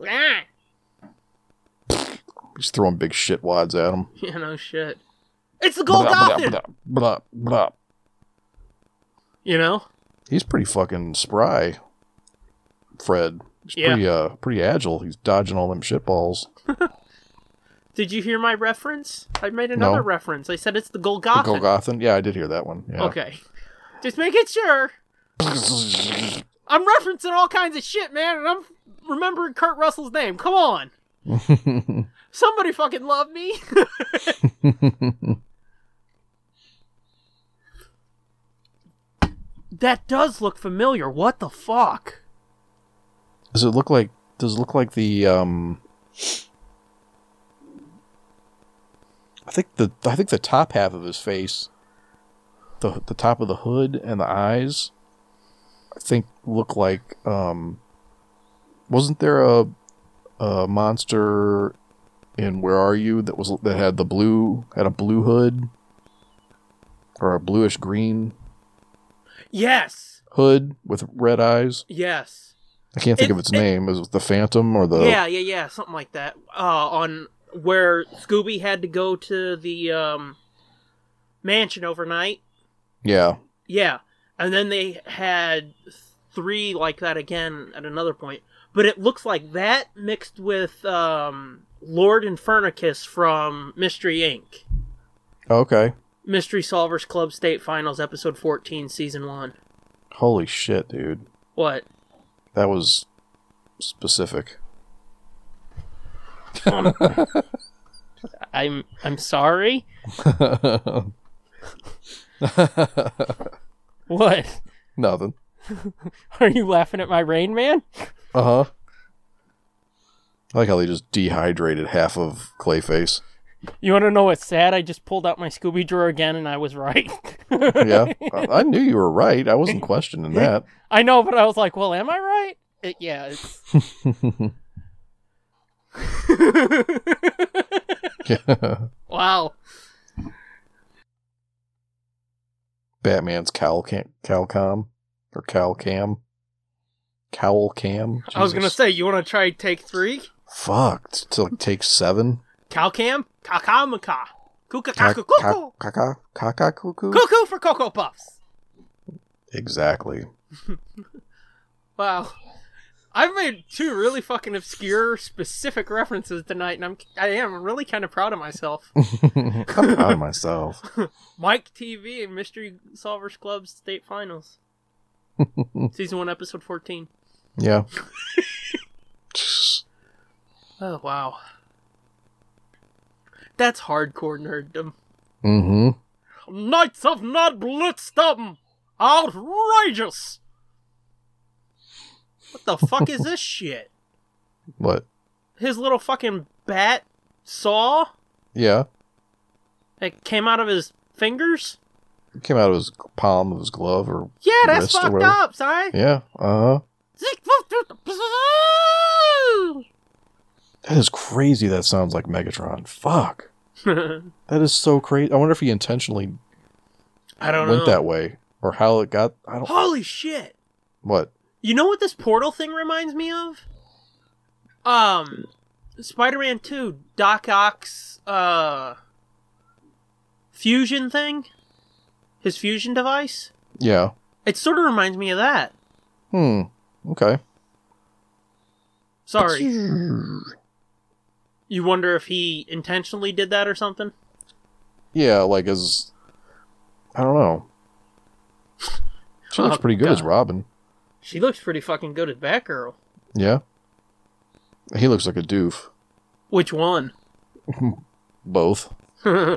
C: [LAUGHS] Ah.
D: He's throwing big shit wads at him.
C: Yeah, no shit. It's the Golgothan!
D: Blah, blah, blah.
C: You know?
D: He's pretty fucking spry, Fred. He's
C: Yeah.
D: pretty uh pretty agile. He's dodging all them shit balls.
C: Did you hear my reference? I made another
D: No.
C: reference. I said it's the
D: The
C: Golgotha.
D: Golgothan. Yeah, I did hear that one. Yeah.
C: Okay. Just make it sure. I'm referencing all kinds of shit, man, and I'm remembering Kurt Russell's name. Come on. Somebody fucking love me. [LAUGHS] that does look familiar. What the fuck?
D: does it look like does it look like the um I think the I think the top half of his face the the top of the hood and the eyes I think look like um wasn't there a a monster in Where Are You that was that had the blue had a blue hood or a bluish green
C: Yes.
D: hood with red eyes.
C: Yes.
D: I can't think
C: It-
D: of its
C: it-
D: name. Is it the Phantom or the
C: Yeah, yeah, yeah, something like that. Uh, on where Scooby had to go to the um, mansion overnight.
D: yeah.
C: Yeah, and then they had three like that again at another point. But it looks like that mixed with um, Lord Infernicus from Mystery Inc.
D: Okay.
C: Mystery Solvers Club State Finals, Episode 14, Season 1.
D: Holy shit, dude.
C: What?
D: That was specific. [LAUGHS]
C: I'm I'm sorry. What? [LAUGHS]
D: Nothing.
C: Are you laughing at my Rain Man?
D: Uh huh. I like how they just dehydrated half of Clayface.
C: You want to know what's sad? I just pulled out my Scooby drawer again, and I was right. [LAUGHS]
D: Yeah. I I knew you were right. I wasn't questioning that.
C: I know, but I was like, well, am I right? It, yeah. [LAUGHS] It's...
D: [LAUGHS]
C: wow.
D: Batman's cowl cam, cowl cam, or cowl cam, cowl cam.
C: I was gonna
D: Jesus.
C: say, you want to try take three?
D: fuck t- to like take seven.
C: Calcam, kakamaka,
D: Ca-
C: kukakaku,
D: ca-
C: cuckoo,
D: caca- caca cuckoo.
C: cuckoo for cocoa puffs.
D: Exactly.
C: Wow. I've made two really fucking obscure, specific references tonight, and I'm I am really kind of proud of myself.
D: I'm proud of myself.
C: Mike TV and Mystery Solvers Club State Finals, season one, episode fourteen.
D: Yeah.
C: Oh wow, that's hardcore nerddom.
D: Mm-hmm.
C: Knights of Nod Blitzdom! Outrageous! What the fuck is [LAUGHS] this shit?
D: What?
C: His little fucking bat saw
D: Yeah.
C: that came out of his fingers?
D: It came out of his palm of his glove or
C: Yeah, that's
D: Wrist or
C: fucked
D: whatever.
C: up, Si.
D: yeah, uh huh. That is crazy. That sounds like Megatron. Fuck, that is so crazy. I wonder if he intentionally
C: [LAUGHS] I don't
D: went
C: know.
D: that way or how it got. I don't.
C: Holy shit.
D: What?
C: You know what this portal thing reminds me of? Um, Spider-Man Two, Doc Ock's uh fusion thing, his fusion device.
D: Yeah.
C: It sort of reminds me of that.
D: Hmm. Okay.
C: Sorry, you wonder if he intentionally did that or something.
D: Yeah, like as I don't know. She looks
C: Oh,
D: pretty good as
C: God.
D: Robin.
C: She looks pretty fucking good as Batgirl.
D: Yeah. He looks like a doof.
C: Which one?
D: Both.
C: wow,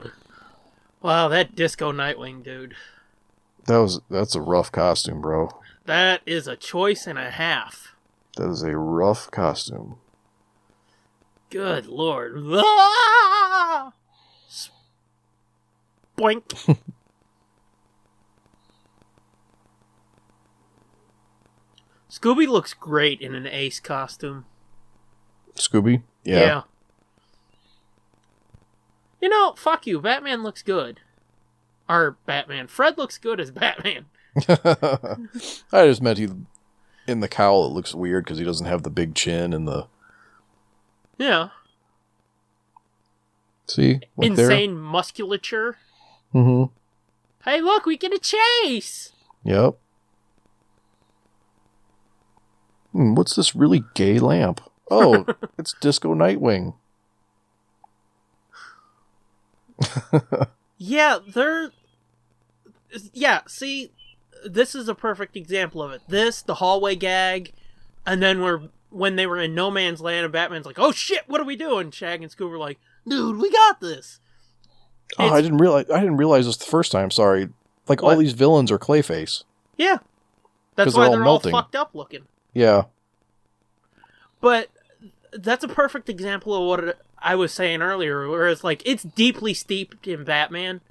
C: that disco Nightwing dude.
D: That was that's a rough costume, bro.
C: That is a choice and a half.
D: That is a rough costume.
C: Good lord. Ah! Boink. Scooby looks great in an ace costume.
D: Scooby? Yeah.
C: You know, fuck you. Batman looks good. Or Batman. Fred looks good as Batman.
D: [LAUGHS] I just meant he in the cowl it looks weird because he doesn't have the big chin and the
C: Yeah.
D: see Look
C: Insane musculature.
D: There? Mm-hmm.
C: Hey, look, we get a chase.
D: Yep. Hmm, what's this really gay lamp?
C: [LAUGHS]
D: Oh, it's Disco Nightwing.
C: Yeah, they're. Yeah, see, this is a perfect example of it. This, the hallway gag, and then we're when they were in no man's land, and Batman's like, "Oh shit, what are we doing?" Shag and Scoob were like, "Dude, we got this."
D: Oh, I
C: It's-
D: didn't realize I didn't realize this the first time. Sorry. Like all
C: What?
D: these villains are Clayface.
C: Yeah, that's
D: 'Cause
C: why
D: they're all
C: they're all
D: melting.
C: fucked up looking.
D: Yeah.
C: But that's a perfect example of what I was saying earlier, where it's like it's deeply steeped in Batman.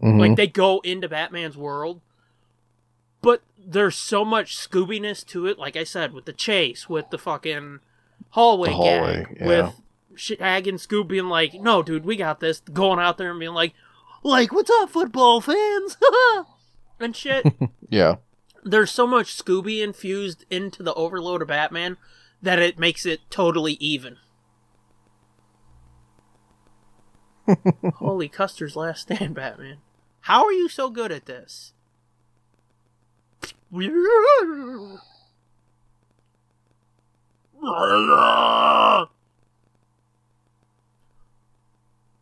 D: Mhm.
C: Like they go into Batman's world, but there's so much scoobiness to it. Like I said, with the chase, with the fucking hallway,
D: The hallway,
C: gag,
D: yeah.
C: with Shag and Scoob being like, "No, dude, we got this." Going out there and being like, "Like, what's up, football fans?" [LAUGHS] and shit.
D: yeah.
C: there's so much Scooby infused into the overload of Batman that it makes it totally even. Holy Custer's Last Stand, Batman. How are you so good at this?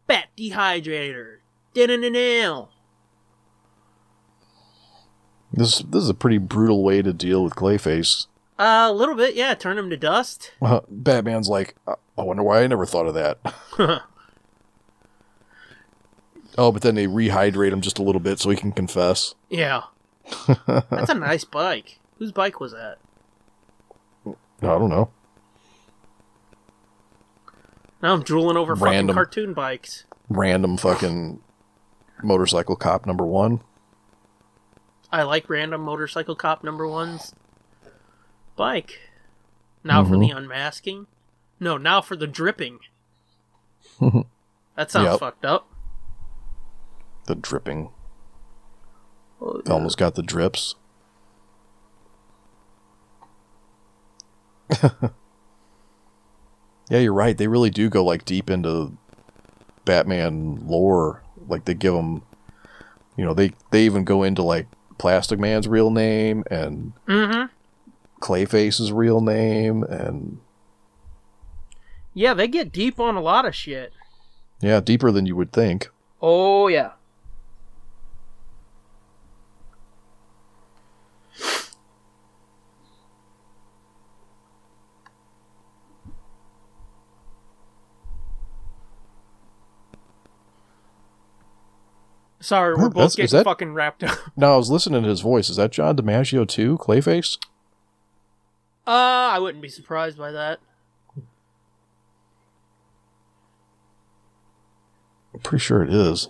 C: Bat dehydrator. Da-na-na-na.
D: This this is a pretty brutal way to deal with Clayface.
C: Uh, a little bit, yeah. Turn him to dust.
D: Uh, Batman's like, I I wonder why I never thought of that. oh, but then they rehydrate him just a little bit so he can confess.
C: Yeah.
D: [LAUGHS]
C: That's a nice bike. Whose bike was that?
D: I don't know.
C: Now I'm drooling over fucking
D: Random.
C: cartoon bikes.
D: Random fucking motorcycle cop number one.
C: I like random motorcycle cop number one's bike. Now for
D: Mm-hmm.
C: the unmasking. No, now for
D: [LAUGHS]
C: the dripping. that sounds
D: Yep.
C: fucked up.
D: The dripping. Almost got the drips. [LAUGHS] yeah, you're right. They really do go like deep into Batman lore. Like they give him, you know, they they even go into like Plastic Man's real name and
C: Mm-hmm.
D: Clayface's real name and
C: Yeah, they get deep on a lot of shit.
D: yeah, deeper than you would think.
C: Oh yeah. Sorry, we're
D: Huh,
C: both
D: that's- is
C: getting
D: that-
C: fucking wrapped up. [LAUGHS]
D: Now I was listening to his voice. Is that John DiMaggio too? Clayface?
C: Uh, I wouldn't be surprised by that.
D: I'm pretty sure it is.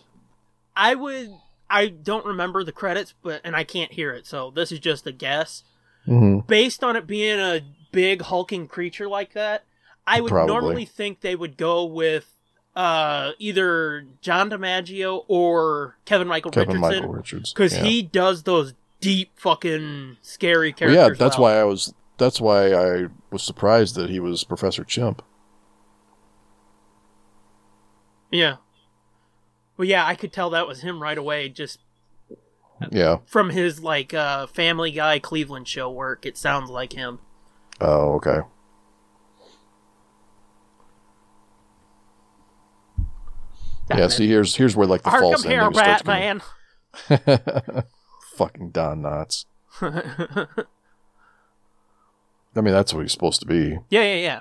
C: I would I don't remember the credits, but and I can't hear it, so this is just a guess.
D: Mm-hmm.
C: Based on it being a big hulking creature like that, I would
D: Probably.
C: normally think they would go with uh, either John DiMaggio or Kevin Michael
D: Kevin Michael
C: Richardson
D: Richards.
C: because
D: Yeah.
C: he does those deep fucking scary
D: Well,
C: characters.
D: yeah, that's
C: well.
D: why I was. That's why I was surprised that he was Professor Chimp.
C: Yeah. Well, yeah, I could tell that was him right away, just
D: Yeah.
C: from his like uh, Family Guy Cleveland show work. It sounds like him.
D: Oh, okay. Yeah. See, here's here's where like the
C: Here
D: false
C: come here,
D: ending starts coming.
C: Batman.
D: [LAUGHS] Fucking Don Knotts.
C: [LAUGHS]
D: I mean, that's what he's supposed to be.
C: yeah, yeah, yeah.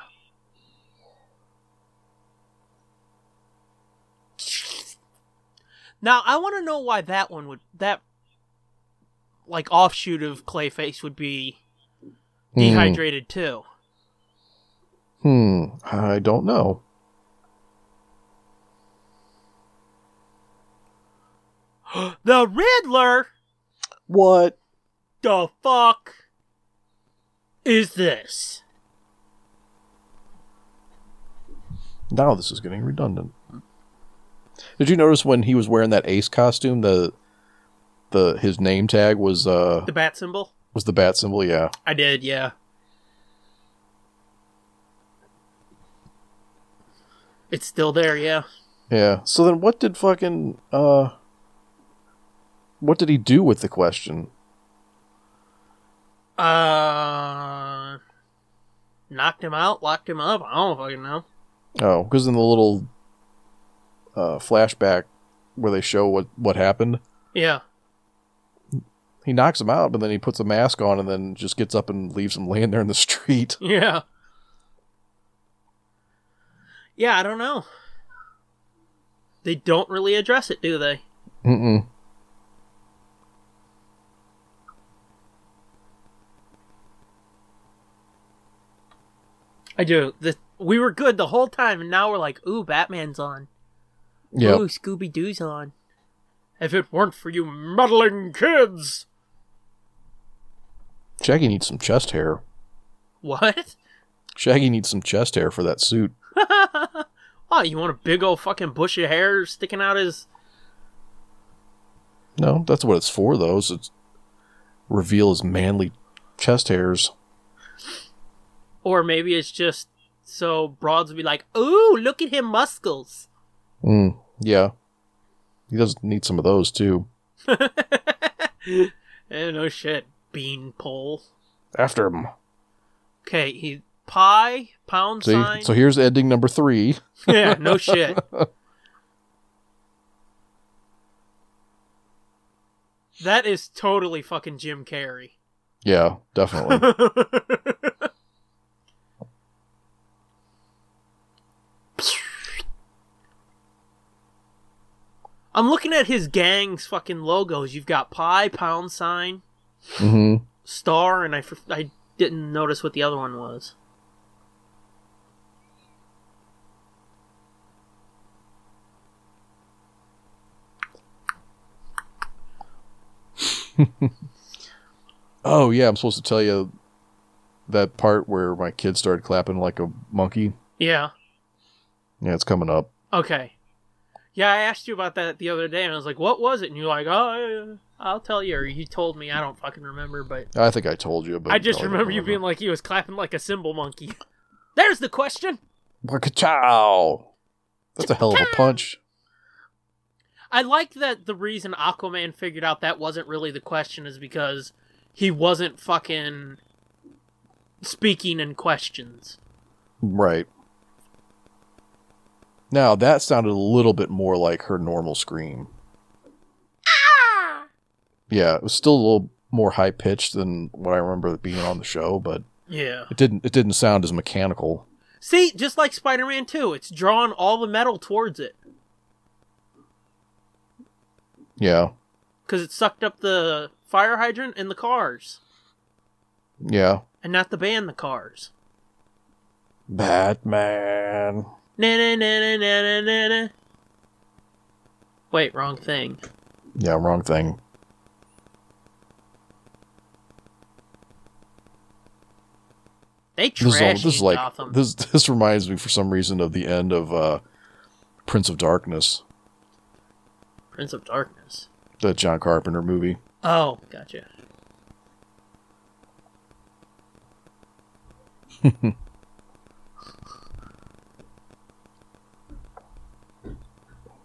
C: Now I want to know why that one would that like offshoot of Clayface would be dehydrated too.
D: Hmm. I don't know.
C: The Riddler.
D: What?
C: the fuck is this?
D: Now this is getting redundant. Did you notice when he was wearing that ace costume, the the his name tag was uh
C: The bat symbol?
D: was the bat symbol? Yeah.
C: I did, yeah. It's still there, yeah.
D: Yeah. So then what did fucking uh what did he do with the question?
C: Uh knocked him out, locked him up. I don't fucking know.
D: Oh, because in the little uh flashback where they show what what happened,
C: Yeah. [LAUGHS]
D: he knocks him out, but then he puts a mask on and then just gets up and leaves him [LAUGHS] laying there in the street.
C: Yeah. Yeah, I don't know. They don't really address it, do they?
D: Mm-mm.
C: I do. The, we were good the whole time, and now we're like, ooh, Batman's on.
D: Yeah.
C: Ooh, Scooby Doo's on. If it weren't for you meddling kids.
D: Shaggy needs some chest hair.
C: What?
D: Shaggy needs some chest hair for that suit.
C: Oh, you want a big old fucking bush of hair sticking out his.
D: No, that's what it's for, though. Is it's reveal his manly chest hairs.
C: Or maybe it's just so broads would be like, ooh, look at him muscles.
D: Mm, yeah, he does need some of those too.
C: Eh, no shit. Bean pole.
D: After him.
C: Okay, he. Pie, pound
D: See,
C: sign.
D: so here's ending number three.
C: [LAUGHS] yeah, no
D: [LAUGHS]
C: shit. that is totally fucking Jim Carrey.
D: Yeah, definitely.
C: [LAUGHS] I'm looking at his gang's fucking logos. You've got pie, pound sign,
D: hmm
C: star, and I, f- I didn't notice what the other one was.
D: Oh yeah, I'm supposed to tell you that part where my kid started clapping like a monkey.
C: Yeah.
D: Yeah, it's coming up.
C: Okay. Yeah, I asked you about that the other day, and I was like, "What was it?" And you're like, "Oh, I- I'll tell you." Or you told me. I don't fucking remember, but
D: I think I told you, but
C: I just remember you being like, he was clapping like a cymbal monkey. [LAUGHS] There's the question.
D: like, "Chow." That's a hell of a punch.
C: I like that the reason Aquaman figured out that wasn't really the question is because he wasn't fucking speaking in questions.
D: Right. Now that sounded a little bit more like her normal scream. Yeah, it was still a little more high pitched than what I remember it being on the show, but
C: Yeah.
D: it didn't it didn't sound as mechanical.
C: See, just like Spider Man 2, it's drawing all the metal towards it
D: Yeah.
C: because it sucked up the fire hydrant and the cars,
D: Yeah.
C: and not the band, the cars.
D: Batman.
C: Na na na na na na na. Wait, wrong thing.
D: Yeah, wrong thing.
C: They
D: This is, all,
C: trashed
D: this is like
C: Gotham.
D: this. This reminds me for some reason of the end of uh, Prince of Darkness,
C: Prince of Darkness.
D: the John Carpenter movie.
C: Oh, gotcha.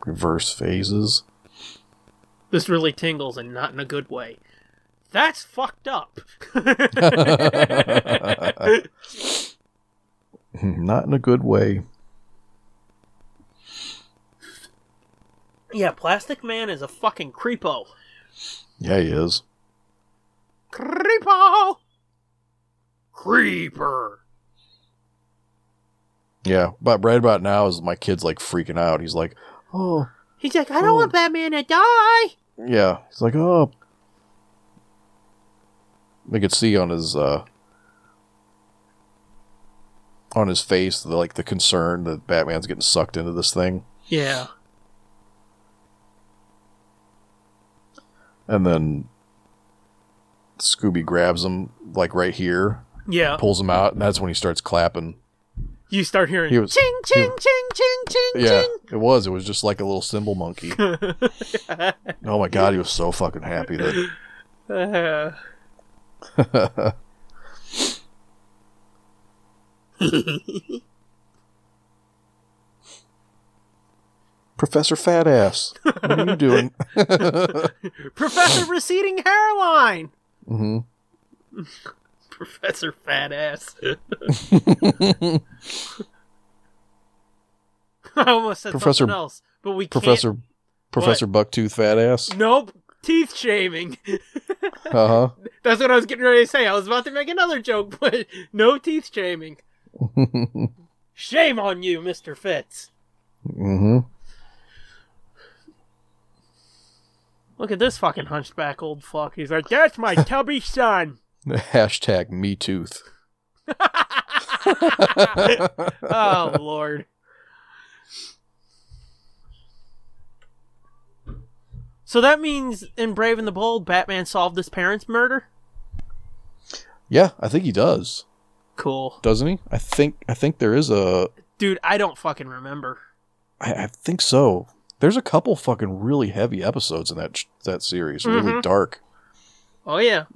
D: Reverse phases.
C: This really tingles and not in a good way. That's fucked
D: [LAUGHS]
C: up.
D: [LAUGHS] Not in a good way.
C: yeah, Plastic Man is a fucking creepo.
D: Yeah, he is.
C: Creepo! Creeper.
D: Yeah, but right about now is my kid's like freaking out. He's like, oh
C: He's like, I don't want Batman to die.
D: yeah. He's like, oh. We could see on his uh on his face the like the concern that Batman's getting sucked into this thing.
C: Yeah.
D: And then Scooby grabs him like right here,
C: Yeah.
D: pulls him out, and that's when he starts clapping.
C: You start hearing
D: He was-
C: ching,
D: he
C: ching, ching, ching, ching,
D: Yeah,
C: ching.
D: it was. It was just like a little cymbal monkey. oh my god, he was so fucking happy that [LAUGHS]
C: Uh,
D: Professor Fat Ass. What are you doing?
C: Professor receding hairline.
D: hmm
C: [LAUGHS] Professor fat ass. [LAUGHS] I almost said
D: Professor-
C: something else, but we can't.
D: Professor Professor Bucktooth Fat Ass.
C: Nope. Teeth shaving.
D: Uh huh.
C: [LAUGHS] That's what I was getting ready to say. I was about to make another joke, [LAUGHS] but no teeth
D: [LAUGHS]
C: shaming. Shame on you, Mr. Fitz.
D: hmm
C: Look at this fucking hunchback old fuck. He's like,
D: [LAUGHS]
C: that's my tubby son.
D: [LAUGHS] Hashtag me tooth.
C: Oh, Lord. So that means in Brave and the Bold, Batman solved his parents' murder?
D: Yeah, I think he does.
C: Cool.
D: Doesn't he? I think I think there is a
C: Dude, I don't fucking remember.
D: I, I think so. There's a couple fucking really heavy episodes in that sh- that series. Really dark.
C: Oh, yeah.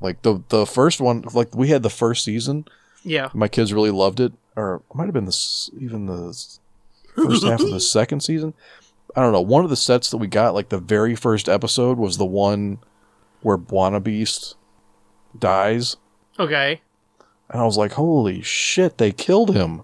D: Like the the first one, like we had the first season.
C: Yeah.
D: My kids really loved it, or it might have been the s- even the s- first half of the second season. I don't know. One of the sets that we got, like the very first episode, was the one where Buona Beast dies,
C: Okay.
D: and I was like, "Holy shit, they killed him!"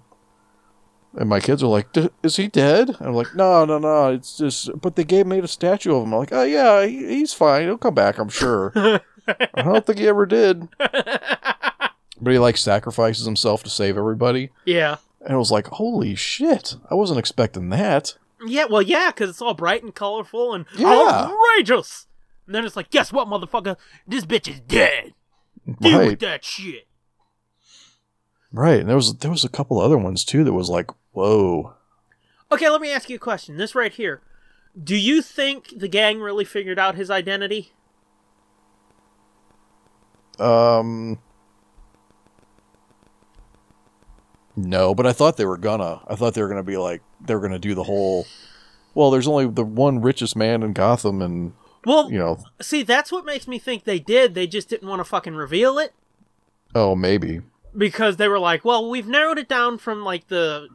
D: And my kids were like, "D- "Is he dead?" And I'm like, "No, no, no. It's just." But they gave made a statue of him. I'm like, "Oh yeah, he, he's fine. He'll come back. I'm sure." I don't think he ever did. But he like sacrifices himself to save everybody.
C: Yeah.
D: And it was like, holy shit, I wasn't expecting that.
C: Yeah, well, yeah, because it's all bright and colorful and
D: Yeah.
C: outrageous. And then it's like, guess what, motherfucker? This bitch is dead. Deal with
D: Right,
C: that shit.
D: right. And there was there was a couple other ones too that was like, whoa.
C: Okay, let me ask you a question. This right here. Do you think the gang really figured out his identity?
D: Um No, but I thought they were gonna. I thought they were gonna be like they were gonna do the whole well, there's only the one richest man in Gotham and
C: Well,
D: you know
C: see, that's what makes me think they did. They just didn't want to fucking reveal it
D: oh maybe.
C: because they were like, well, we've narrowed it down from like the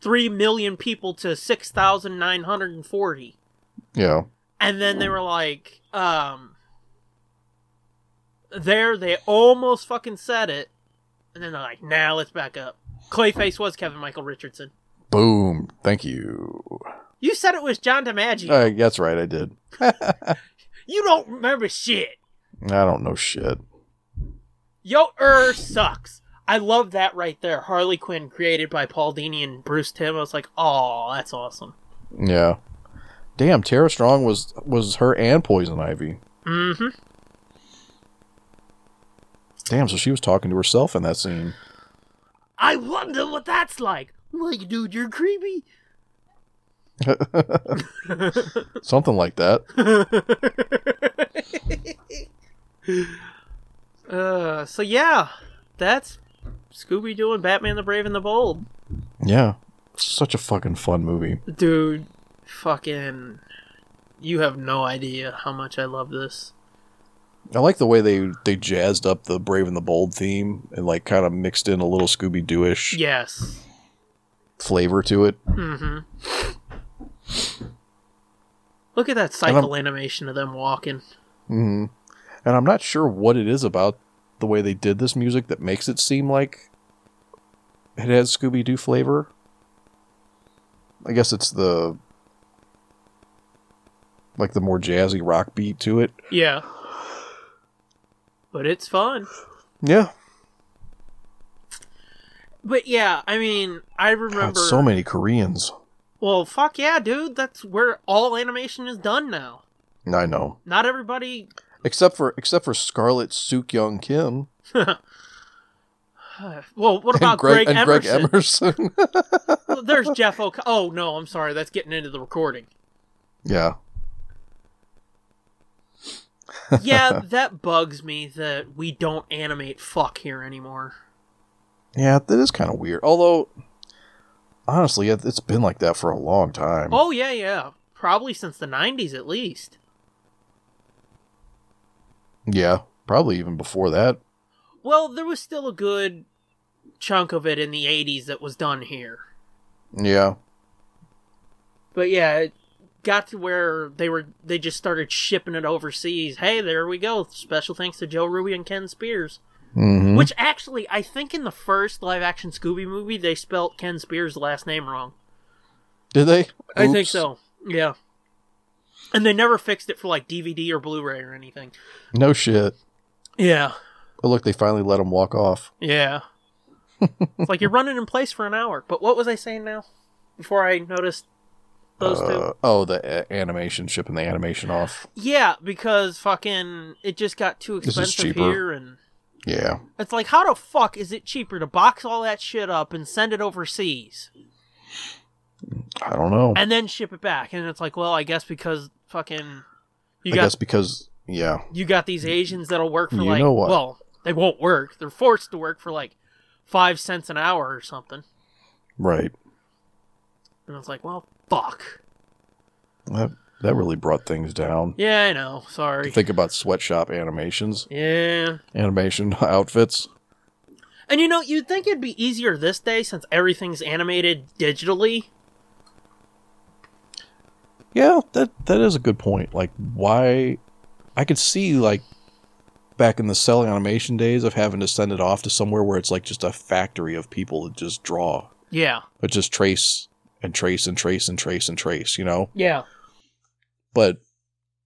C: 3 million people to 6,940.
D: Yeah.
C: And then they were like, um, there they almost fucking said it. And then they're like, nah, let's back up. Clayface was Kevin Michael Richardson.
D: Boom. Thank you.
C: You said it was John DiMaggio.
D: Uh, that's right, I did.
C: you don't remember shit.
D: I don't know shit.
C: Yo er sucks. I love that right there. Harley Quinn created by Paul Dini and Bruce Tim. I was like, oh, that's awesome.
D: Yeah. Damn, Tara Strong was was her and Poison Ivy.
C: Mm-hmm.
D: Damn, so she was talking to herself in that scene.
C: I wonder what that's like. Like, dude, you're creepy.
D: Something like that.
C: [LAUGHS] uh, so yeah, that's Scooby Doo and Batman: The Brave and the Bold,
D: Yeah. Such a fucking fun movie.
C: dude. Fucking, you have no idea how much I love this.
D: I like the way they they jazzed up the Brave and the Bold theme and like kind of mixed in a little Scooby Dooish
C: Yes.
D: flavor to it.
C: Mm-hmm. Look at that cycle animation of them walking.
D: hmm And I'm not sure what it is about the way they did this music that makes it seem like it has Scooby Doo flavor. I guess it's the like the more jazzy rock beat to it.
C: Yeah. But it's fun.
D: Yeah,
C: But yeah, I mean, I
D: God,
C: remember.
D: so many Koreans.
C: Well, fuck yeah, dude. That's where all animation is done now.
D: I know,
C: Not everybody.
D: except for except for Scarlett Sukyoung Kim
C: uh, Well, what
D: and
C: about
D: Greg,
C: Oh, Greg,
D: and Greg
C: Emerson?
D: Emerson. [LAUGHS]
C: Well, There's Jeff Oco. Oh no, I'm sorry. That's getting into the recording.
D: yeah, [LAUGHS]
C: Yeah, that bugs me that we don't animate fuck here anymore.
D: yeah, that is kind of weird. Although, honestly, it- it's been like that for a long time.
C: Oh yeah, yeah. Probably since the '90s at least.
D: Yeah, probably even before that.
C: Well, there was still a good chunk of it in the '80s that was done here.
D: Yeah.
C: But yeah, it got to where they were they just started shipping it overseas. Hey, there we go. Special thanks to Joe Ruby and Ken Spears.
D: Mm-hmm.
C: Which actually, I think in the first live action Scooby movie, they spelt Ken Spears' last name wrong.
D: Did they?
C: I think
D: Oops.
C: so. Yeah. And they never fixed it for like DVD or Blu ray or anything.
D: No shit.
C: Yeah.
D: But look, they finally let him walk off. [LAUGHS]
C: Yeah. it's like you're running in place for an hour. But what was I saying now? Before I noticed those two?
D: Uh, oh, the a- animation shipping the animation off.
C: Yeah, because fucking it just got too
D: This is
C: expensive
D: cheaper.
C: here and
D: Yeah.
C: It's like, how the fuck is it cheaper to box all that shit up and send it overseas
D: I don't know.
C: and then ship it back? And it's like, well, I guess because fucking you
D: I
C: got
D: guess because yeah,
C: you got these Asians that'll work for
D: You
C: like,
D: know what.
C: well, they won't work. They're forced to work for like five cents an hour or something.
D: right.
C: And it's like, well, fuck.
D: That that really brought things down.
C: Yeah, I know. Sorry.
D: Think about sweatshop animations,
C: yeah.
D: animation [LAUGHS] outfits.
C: And you know, you'd think it'd be easier this day since everything's animated digitally.
D: Yeah, that that is a good point. Like why I could see like back in the cell animation days of having to send it off to somewhere where it's like just a factory of people that just draw
C: Yeah.
D: but just trace and trace and trace and trace and trace, you know?
C: Yeah.
D: But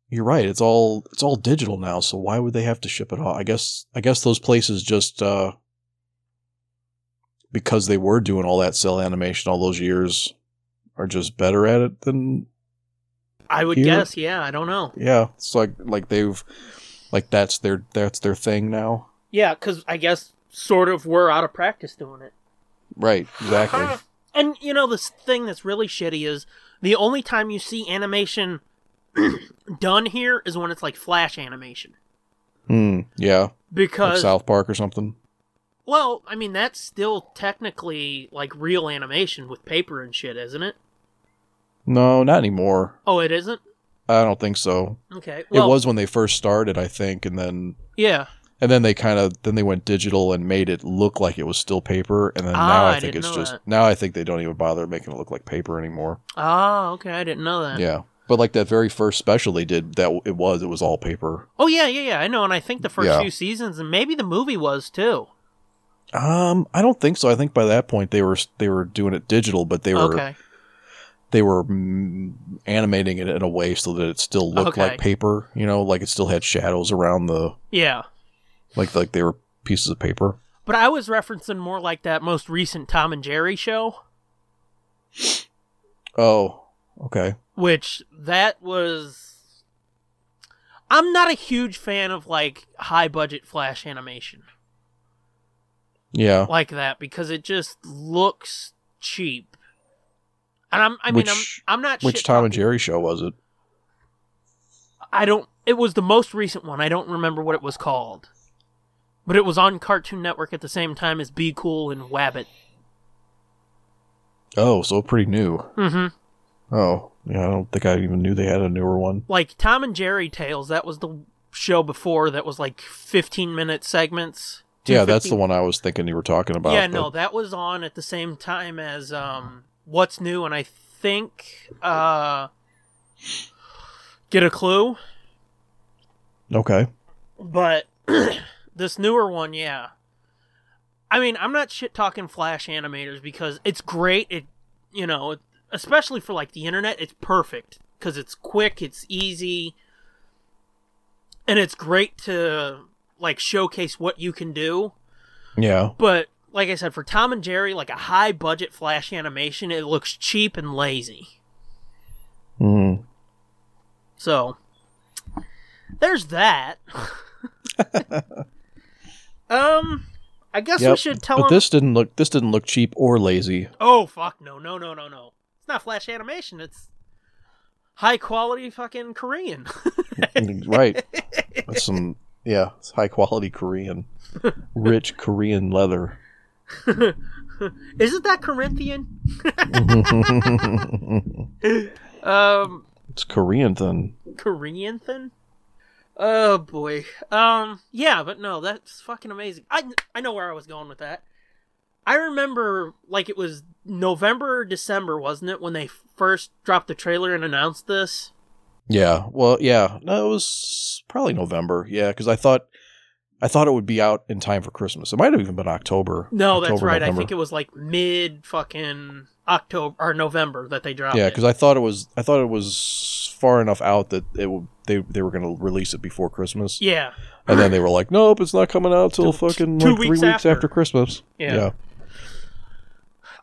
D: you're right, it's all it's all digital now, so why would they have to ship it off? I guess I guess those places just uh because they were doing all that cell animation all those years are just better at it than
C: I would
D: Here-
C: guess. Yeah. I don't know.
D: yeah. It's like like they've like that's their that's their thing now.
C: Yeah, because I guess sort of we're out of practice doing it.
D: Right, exactly.
C: And you know, this thing that's really shitty is the only time you see animation [CLEARS THROAT] done here is when it's like flash animation.
D: Hmm. yeah. Like
C: Because,
D: South Park or something.
C: well, I mean, that's still technically like real animation with paper and shit, isn't it?
D: No, not anymore.
C: Oh, it isn't?
D: I don't think so.
C: Okay. Well,
D: it was when they first started, I think, and then
C: Yeah.
D: and then they kind of then they went digital and made it look like it was still paper, and then now
C: Ah,
D: I
C: I
D: think
C: didn't
D: it's
C: know
D: just
C: that.
D: now I think they don't even bother making it look like paper anymore.
C: Ah, okay. I didn't know that.
D: Yeah, but like that very first special they did, that w- it was it was all paper.
C: Oh, yeah, yeah, yeah. I know. And I think the first
D: Yeah.
C: few seasons, and maybe the movie was too.
D: Um, I don't think so. I think by that point they were they were doing it digital, but they were
C: okay.
D: they were mm, animating it in a way so that it still looked
C: Okay.
D: like paper. You know, like it still had shadows around the
C: Yeah.
D: like like they were pieces of paper.
C: But I was referencing more like that most recent Tom and Jerry show.
D: Oh, okay.
C: which that was I'm not a huge fan of like high budget flash animation
D: Yeah.
C: like that because it just looks cheap. And I'm, I mean,
D: Which-
C: I'm, I'm not
D: Which
C: shit
D: Tom and
C: talking.
D: Jerry show was it?
C: I don't. It was the most recent one. I don't remember what it was called, but it was on Cartoon Network at the same time as Be Cool and Wabbit.
D: Oh, so pretty new.
C: Mm-hmm.
D: Oh, yeah, I don't think I even knew they had a newer one.
C: Like Tom and Jerry Tales. That was the show before that was like 15 minute segments. Two
D: Yeah, that's the
C: 15
D: one I was thinking you were talking about.
C: yeah,
D: but-
C: no, that was on at the same time as um, What's New, and I think uh, Get a Clue.
D: Okay.
C: But [CLEARS THROAT] this newer one, yeah. I mean, I'm not shit talking Flash animators because it's great. It, you know, it- especially for like the internet, it's perfect because it's quick, it's easy, and it's great to like showcase what you can do.
D: Yeah.
C: But like I said, for Tom and Jerry, like a high budget Flash animation, it looks cheap and lazy.
D: Mm.
C: So there's that.
D: [LAUGHS]
C: um, I guess we
D: Yep,
C: should tell
D: But
C: him.
D: this didn't look this didn't look cheap or
C: [LAUGHS]
D: lazy.
C: Oh fuck no no no no no! It's not flash animation. It's high quality fucking Korean. [LAUGHS]
D: right. That's some yeah, it's high quality Korean. Rich Korean leather. [LAUGHS]
C: Isn't that Corinthian? Um,
D: it's Korean then.
C: Korean thing. Oh boy. Um, yeah, but no, that's fucking amazing. I I know where I was going with that. I remember like it was November or December, wasn't it, when they first dropped the trailer and announced this?
D: Yeah. Well, yeah. No, it was probably November. Yeah, cuz I thought I thought it would be out in time for Christmas. It might have even been October.
C: No, that's
D: October,
C: right. I
D: November.
C: think it was like mid fucking October or November that they dropped
D: Yeah,
C: it.
D: cuz I thought it was I thought it was far enough out that it would, they they were going to release it before Christmas.
C: Yeah.
D: And then they were like, "Nope, it's not coming out till fucking
C: two
D: like three
C: weeks
D: weeks
C: after."
D: after, Christmas."
C: Yeah.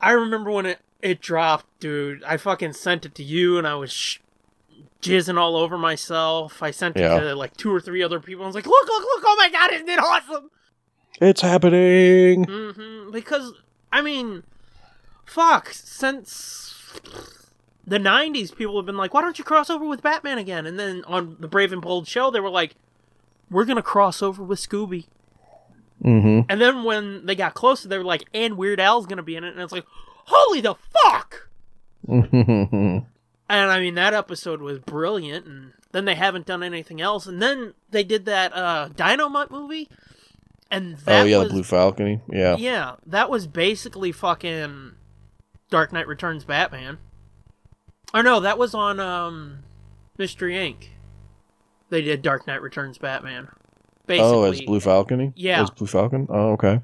C: I remember when it it dropped, dude. I fucking sent it to you, and I was sh- jizzing all over myself. I sent it
D: Yeah.
C: to like two or three other people. I was like, "Look, look, look! Oh my god, isn't it awesome?"
D: it's happening.
C: hmm Because I mean, fuck. Since the '90s, people have been like, "Why don't you cross over with Batman again?" And then on the Brave and Bold show, they were like, "We're gonna cross over with Scooby."
D: Mm-hmm.
C: And then when they got closer, they were like, "And Weird Al's gonna be in it," and it's like, "Holy the fuck!"
D: Mm-hmm. Oh,
C: And I mean that episode was brilliant and then they haven't done anything else and then they did that uh Dynamite movie and that
D: oh yeah,
C: was
D: the Blue Falcon. Yeah.
C: Yeah, that was basically fucking Dark Knight Returns Batman. Or no, that was on um Mystery Inc. They did Dark Knight Returns Batman. Basically.
D: Oh, as Blue Falcon.
C: Yeah.
D: as Blue Falcon. Oh, okay.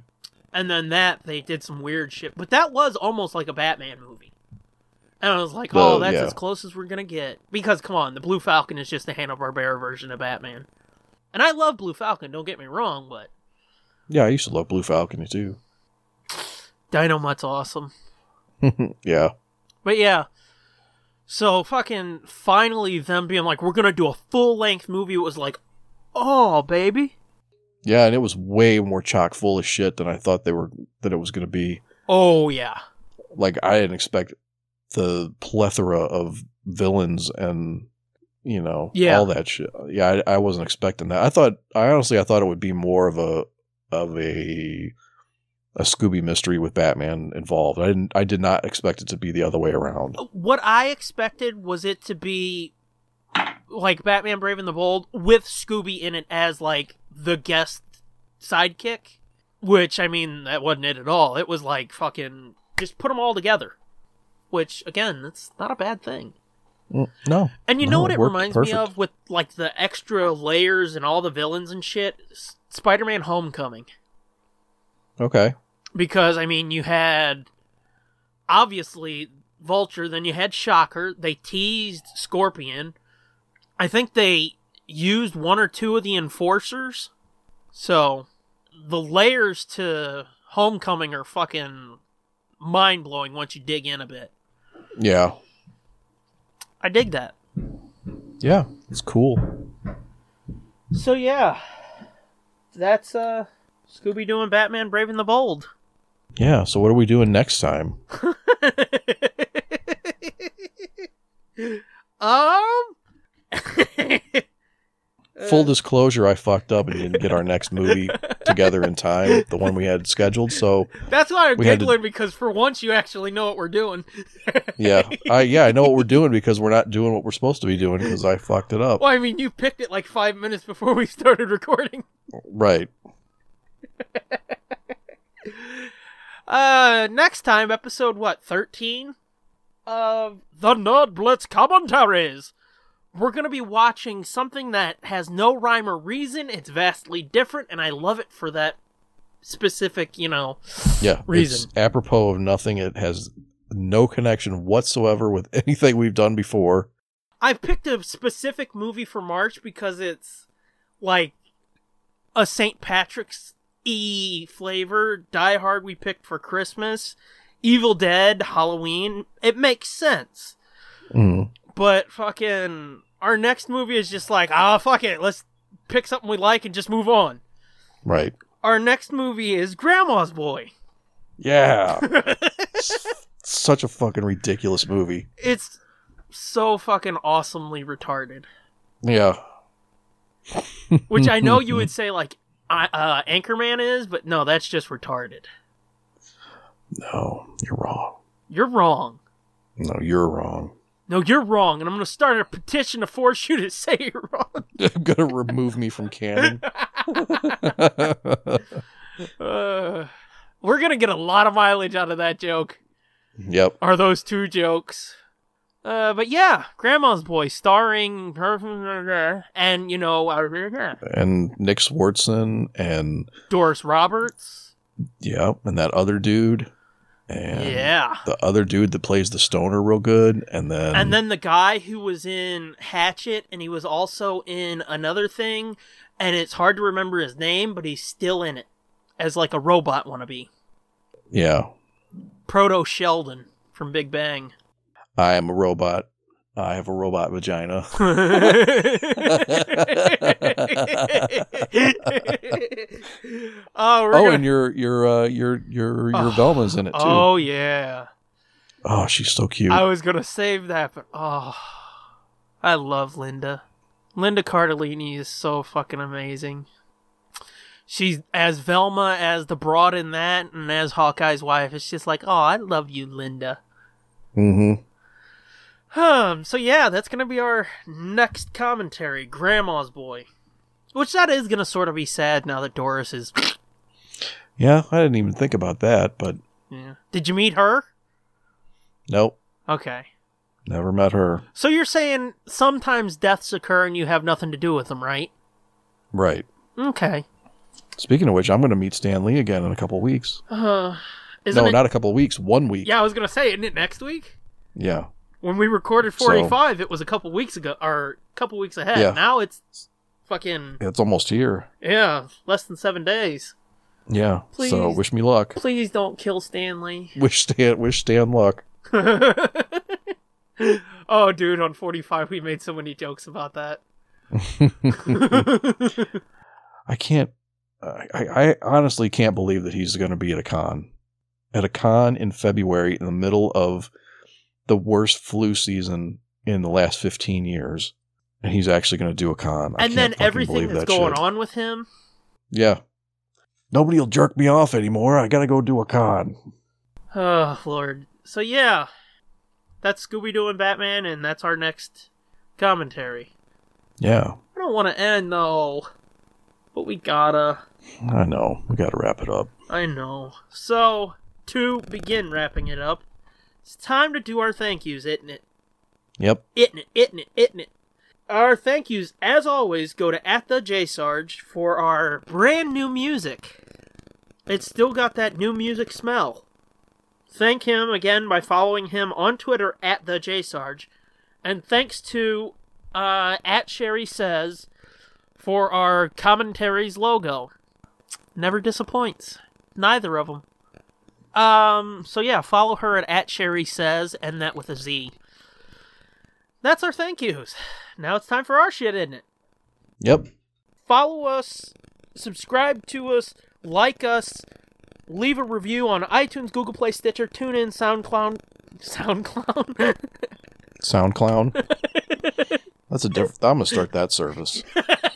C: And then that they did some weird shit, but that was almost like a Batman movie. And I was like, oh,
D: Well,
C: that's
D: yeah.
C: as close as we're gonna get because come on, the Blue Falcon is just the Hanna Barbera version of Batman. And I love Blue Falcon, don't get me wrong, but
D: Yeah, I used to love Blue Falcon too. [LAUGHS]
C: Dynamite's awesome.
D: yeah.
C: But yeah. So fucking finally them being like, we're gonna do a full length movie was like, oh baby.
D: Yeah, and it was way more chock full of shit than I thought they were that it was going to be.
C: Oh yeah.
D: Like I didn't expect the plethora of villains and you know
C: Yeah.
D: all that shit. Yeah, I, I wasn't expecting that. I thought I honestly I thought it would be more of a of a a Scooby mystery with Batman involved. I didn't I did not expect it to be the other way around.
C: what I expected was it to be like Batman Brave and the Bold with Scooby in it as like the guest sidekick, which I mean that wasn't it at all. It was like fucking just put them all together. Which again, that's not a bad thing.
D: Mm, No.
C: And you
D: No,
C: know what
D: it
C: it
D: worked
C: reminds
D: perfect.
C: me of with like the extra layers and all the villains and shit, S- Spider-Man Homecoming
D: Okay.
C: because I mean you had obviously Vulture, then you had Shocker. They teased Scorpion. I think they used one or two of the enforcers. So the layers to Homecoming are fucking mind blowing once you dig in a bit.
D: Yeah.
C: I dig that.
D: Yeah. It's cool.
C: So yeah, that's uh Scooby Doo and Batman Brave and the Bold.
D: Yeah. So what are we doing next time?
C: [LAUGHS] Um.
D: [LAUGHS] Full disclosure, I fucked up and didn't get our next movie together in time, the one we had scheduled. So
C: That's why I'm
D: We had to-
C: giggling because for once you actually know what we're doing. [LAUGHS]
D: yeah, I yeah I know what we're doing because we're not doing what we're supposed to be doing because I fucked it up.
C: Well, I mean, you picked it like five minutes before we [LAUGHS] started recording.
D: Right.
C: Uh, next time, episode what, 13? Of the Nerd Blitz commentaries. We're going to be watching something that has no rhyme or reason. It's vastly different, and I love it for that specific, you know.
D: Yeah.
C: Reason.
D: It's apropos of nothing. It has no connection whatsoever with [LAUGHS] anything we've done before.
C: I picked a specific movie for March because it's like a St. Patrick's E flavor. Die Hard we picked for Christmas. Evil Dead, Halloween. It makes sense.
D: Mm.
C: But fucking our next movie is just like, ah fuck it, let's pick something we like and just move on.
D: Right.
C: Our next movie is Grandma's Boy.
D: Yeah. S- Such a fucking ridiculous movie.
C: It's so fucking awesomely retarded.
D: Yeah.
C: Which I know you would say like I- uh, Anchorman is, but no, that's just retarded.
D: No, you're wrong.
C: You're wrong.
D: No, you're [LAUGHS] wrong.
C: No, you're wrong, and I'm gonna start a petition to force you to [LAUGHS] say you're wrong.
D: I'm gonna remove me from canon. [LAUGHS]
C: Uh, we're gonna get a lot of mileage out of that joke.
D: yep.
C: Are those two jokes? Uh, but yeah, Grandma's Boy, starring her, and you know, uh,
D: And Nick Swartzen and
C: Doris Roberts.
D: yeah, and that other dude. And
C: Yeah,
D: the other dude that plays the stoner real good and then
C: and then the guy who was in Hatchet, and he was also in another thing, and it's hard to remember his name, but he's still in it as like a robot wannabe,
D: yeah
C: Proto Sheldon from Big Bang.
D: i am a robot i have a robot vagina
C: oh, we're
D: oh
C: gonna-
D: and your your uh your your your
C: Oh.
D: velma's in it too oh,
C: Oh yeah,
D: she's so cute
C: I was gonna save that, but oh, I love Linda. Linda Cardellini is so fucking amazing. She's as Velma as the broad in that, and as Hawkeye's wife. It's just like, oh, I love you, Linda.
D: mm-hmm
C: Um, so yeah, that's gonna be our next commentary, Grandma's Boy. Which that is gonna sort of be sad now that Doris is [COUGHS]
D: yeah i didn't even think about that but
C: Yeah. Did you meet her?
D: nope
C: Okay.
D: never met her
C: So you're saying sometimes deaths occur and you have nothing to do with them, right?
D: right
C: Okay.
D: speaking of which i'm gonna meet stan lee again in a couple weeks
C: Uh, isn't
D: no
C: it?
D: not a couple weeks one week
C: yeah, I was gonna say, isn't it next week?
D: yeah
C: When we recorded
D: So-
C: 485, it was a couple weeks ago, or a couple weeks ahead.
D: Yeah.
C: Now it's fucking
D: it's almost here
C: yeah, less than seven days.
D: yeah so
C: Please.
D: wish me luck
C: Please don't kill Stanley.
D: wish stan wish stan luck
C: [LAUGHS] oh, dude, on 45 we made so many jokes
D: [LAUGHS]
C: about that.
D: I can't. I, I I honestly can't believe that he's going to be at a con, at a con in February in the middle of the worst flu season in the last fifteen years, and he's actually going to do a con. I
C: and
D: can't
C: then
D: fucking
C: everything
D: believe
C: that's
D: that
C: going
D: shit.
C: on with him.
D: Yeah, nobody will jerk me off anymore. I got to go do a con.
C: Oh Lord. So yeah, that's Scooby Doo and Batman, and that's our next commentary.
D: Yeah,
C: I don't want to end though, but we gotta.
D: I know. We got to wrap it up.
C: I know. So to begin wrapping it up, it's time to do our thank yous, isn't it?
D: Yep.
C: Isn't it? Isn't it? Isn't it? Our thank yous, as always, go to at the J Sarge for our brand new music. It's still got that new music smell. Thank him again by following him on Twitter at the J Sarge, and thanks to uh, at Sherry says for our commentaries logo. Never disappoints. Neither of them. Um. So yeah, follow her at at Sherry says, and that with a Z. That's our thank yous. Now it's time for our shit, isn't it?
D: Yep.
C: Follow us, subscribe to us, like us, leave a review on iTunes, Google Play, Stitcher, TuneIn, [LAUGHS] SoundCloud, [LAUGHS] SoundCloud,
D: Sound clown.
C: [LAUGHS]
D: That's a different. I'm gonna start that service.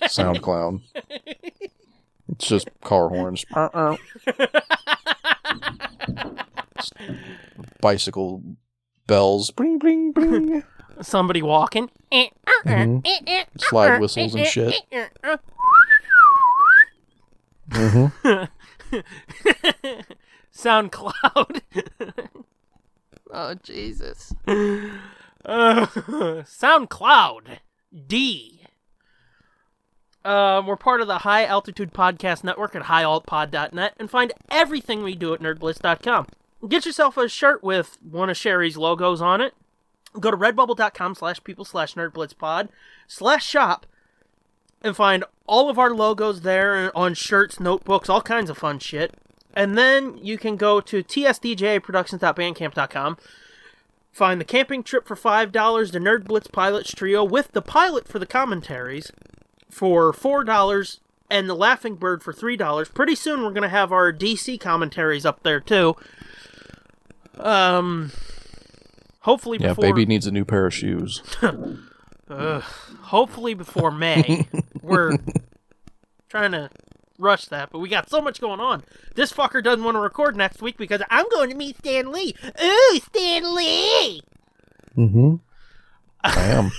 D: Sound clown. It's just car horns, bicycle bells, bling bling bling.
C: Somebody walking. Mm-hmm.
D: Mhm. [LAUGHS] Slide whistles and shit. hmm
C: [LAUGHS] SoundCloud.
E: [LAUGHS] Oh, Jesus.
C: Uh, [LAUGHS] SoundCloud D. Uh, we're part of the High Altitude Podcast Network at highaltpod.net and find everything we do at nerdbliss.com. Get yourself a shirt with one of Sherry's logos on it. Go to redbubble.com slash people slash nerdblitzpod slash shop and find all of our logos there and on shirts, notebooks, all kinds of fun shit. And then you can go to tsdjproductions.bandcamp.com Find the camping trip for $5, the Nerd Blitz Pilots Trio with the pilot for the commentaries for $4, and the Laughing Bird for $3. Pretty soon we're going to have our DC commentaries up there too. Um hopefully
D: Yeah,
C: before
D: baby needs a new pair of shoes.
C: Ugh. hopefully before May. we're trying to rush that, but we got so much going on. This fucker doesn't want to record next week because I'm going to meet Stan Lee. Ooh, Stan Lee! [LAUGHS]
D: Mm-hmm. I am.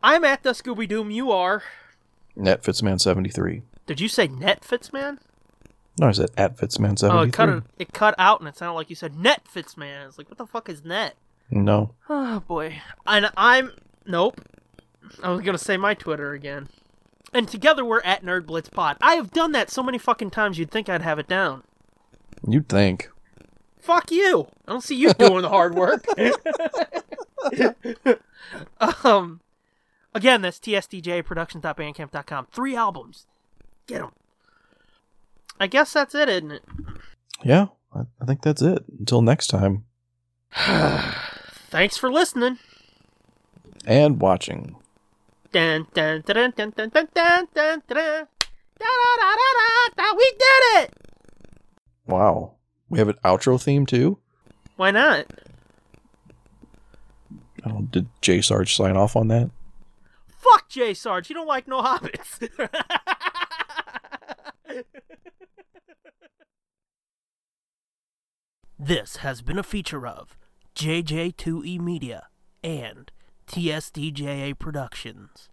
C: I'm at the Scooby Doom. You are.
D: Net Fitzman seventy three.
C: Did you say Netfits man?
D: No, I said at Fitzman
C: Oh, it
D: seventy
C: cut
D: three.
C: it, it cut out, and it sounded like you said Netfits man. It's like what the fuck is net? [SIGHS]
D: no,
C: Oh boy. And I'm nope. I was gonna say my Twitter again. And together we're at Nerd Blitz Pod. I have done that so many fucking times. You'd think I'd have it down.
D: you'd think.
C: Fuck you. I don't see you doing the hard work. um, again, that's tsdjproductions.bandcamp.com. Three albums. Get them. I guess that's it, isn't it?
D: Yeah, I, I think that's it. Until next time
C: Thanks for listening.
D: and watching.
C: Dun, dun, dun, dun, dun, dun, dun, dun, dun, dun. Da, da, da, da, da, da. We did it.
D: Wow, we have an outro theme too.
C: Why not?
D: I don't, did Jay Sarge sign off on that?
C: Fuck J Sarge. You don't like no hobbits. [LAUGHS] this has been a feature of E JJ2E Media and TSDJA Productions.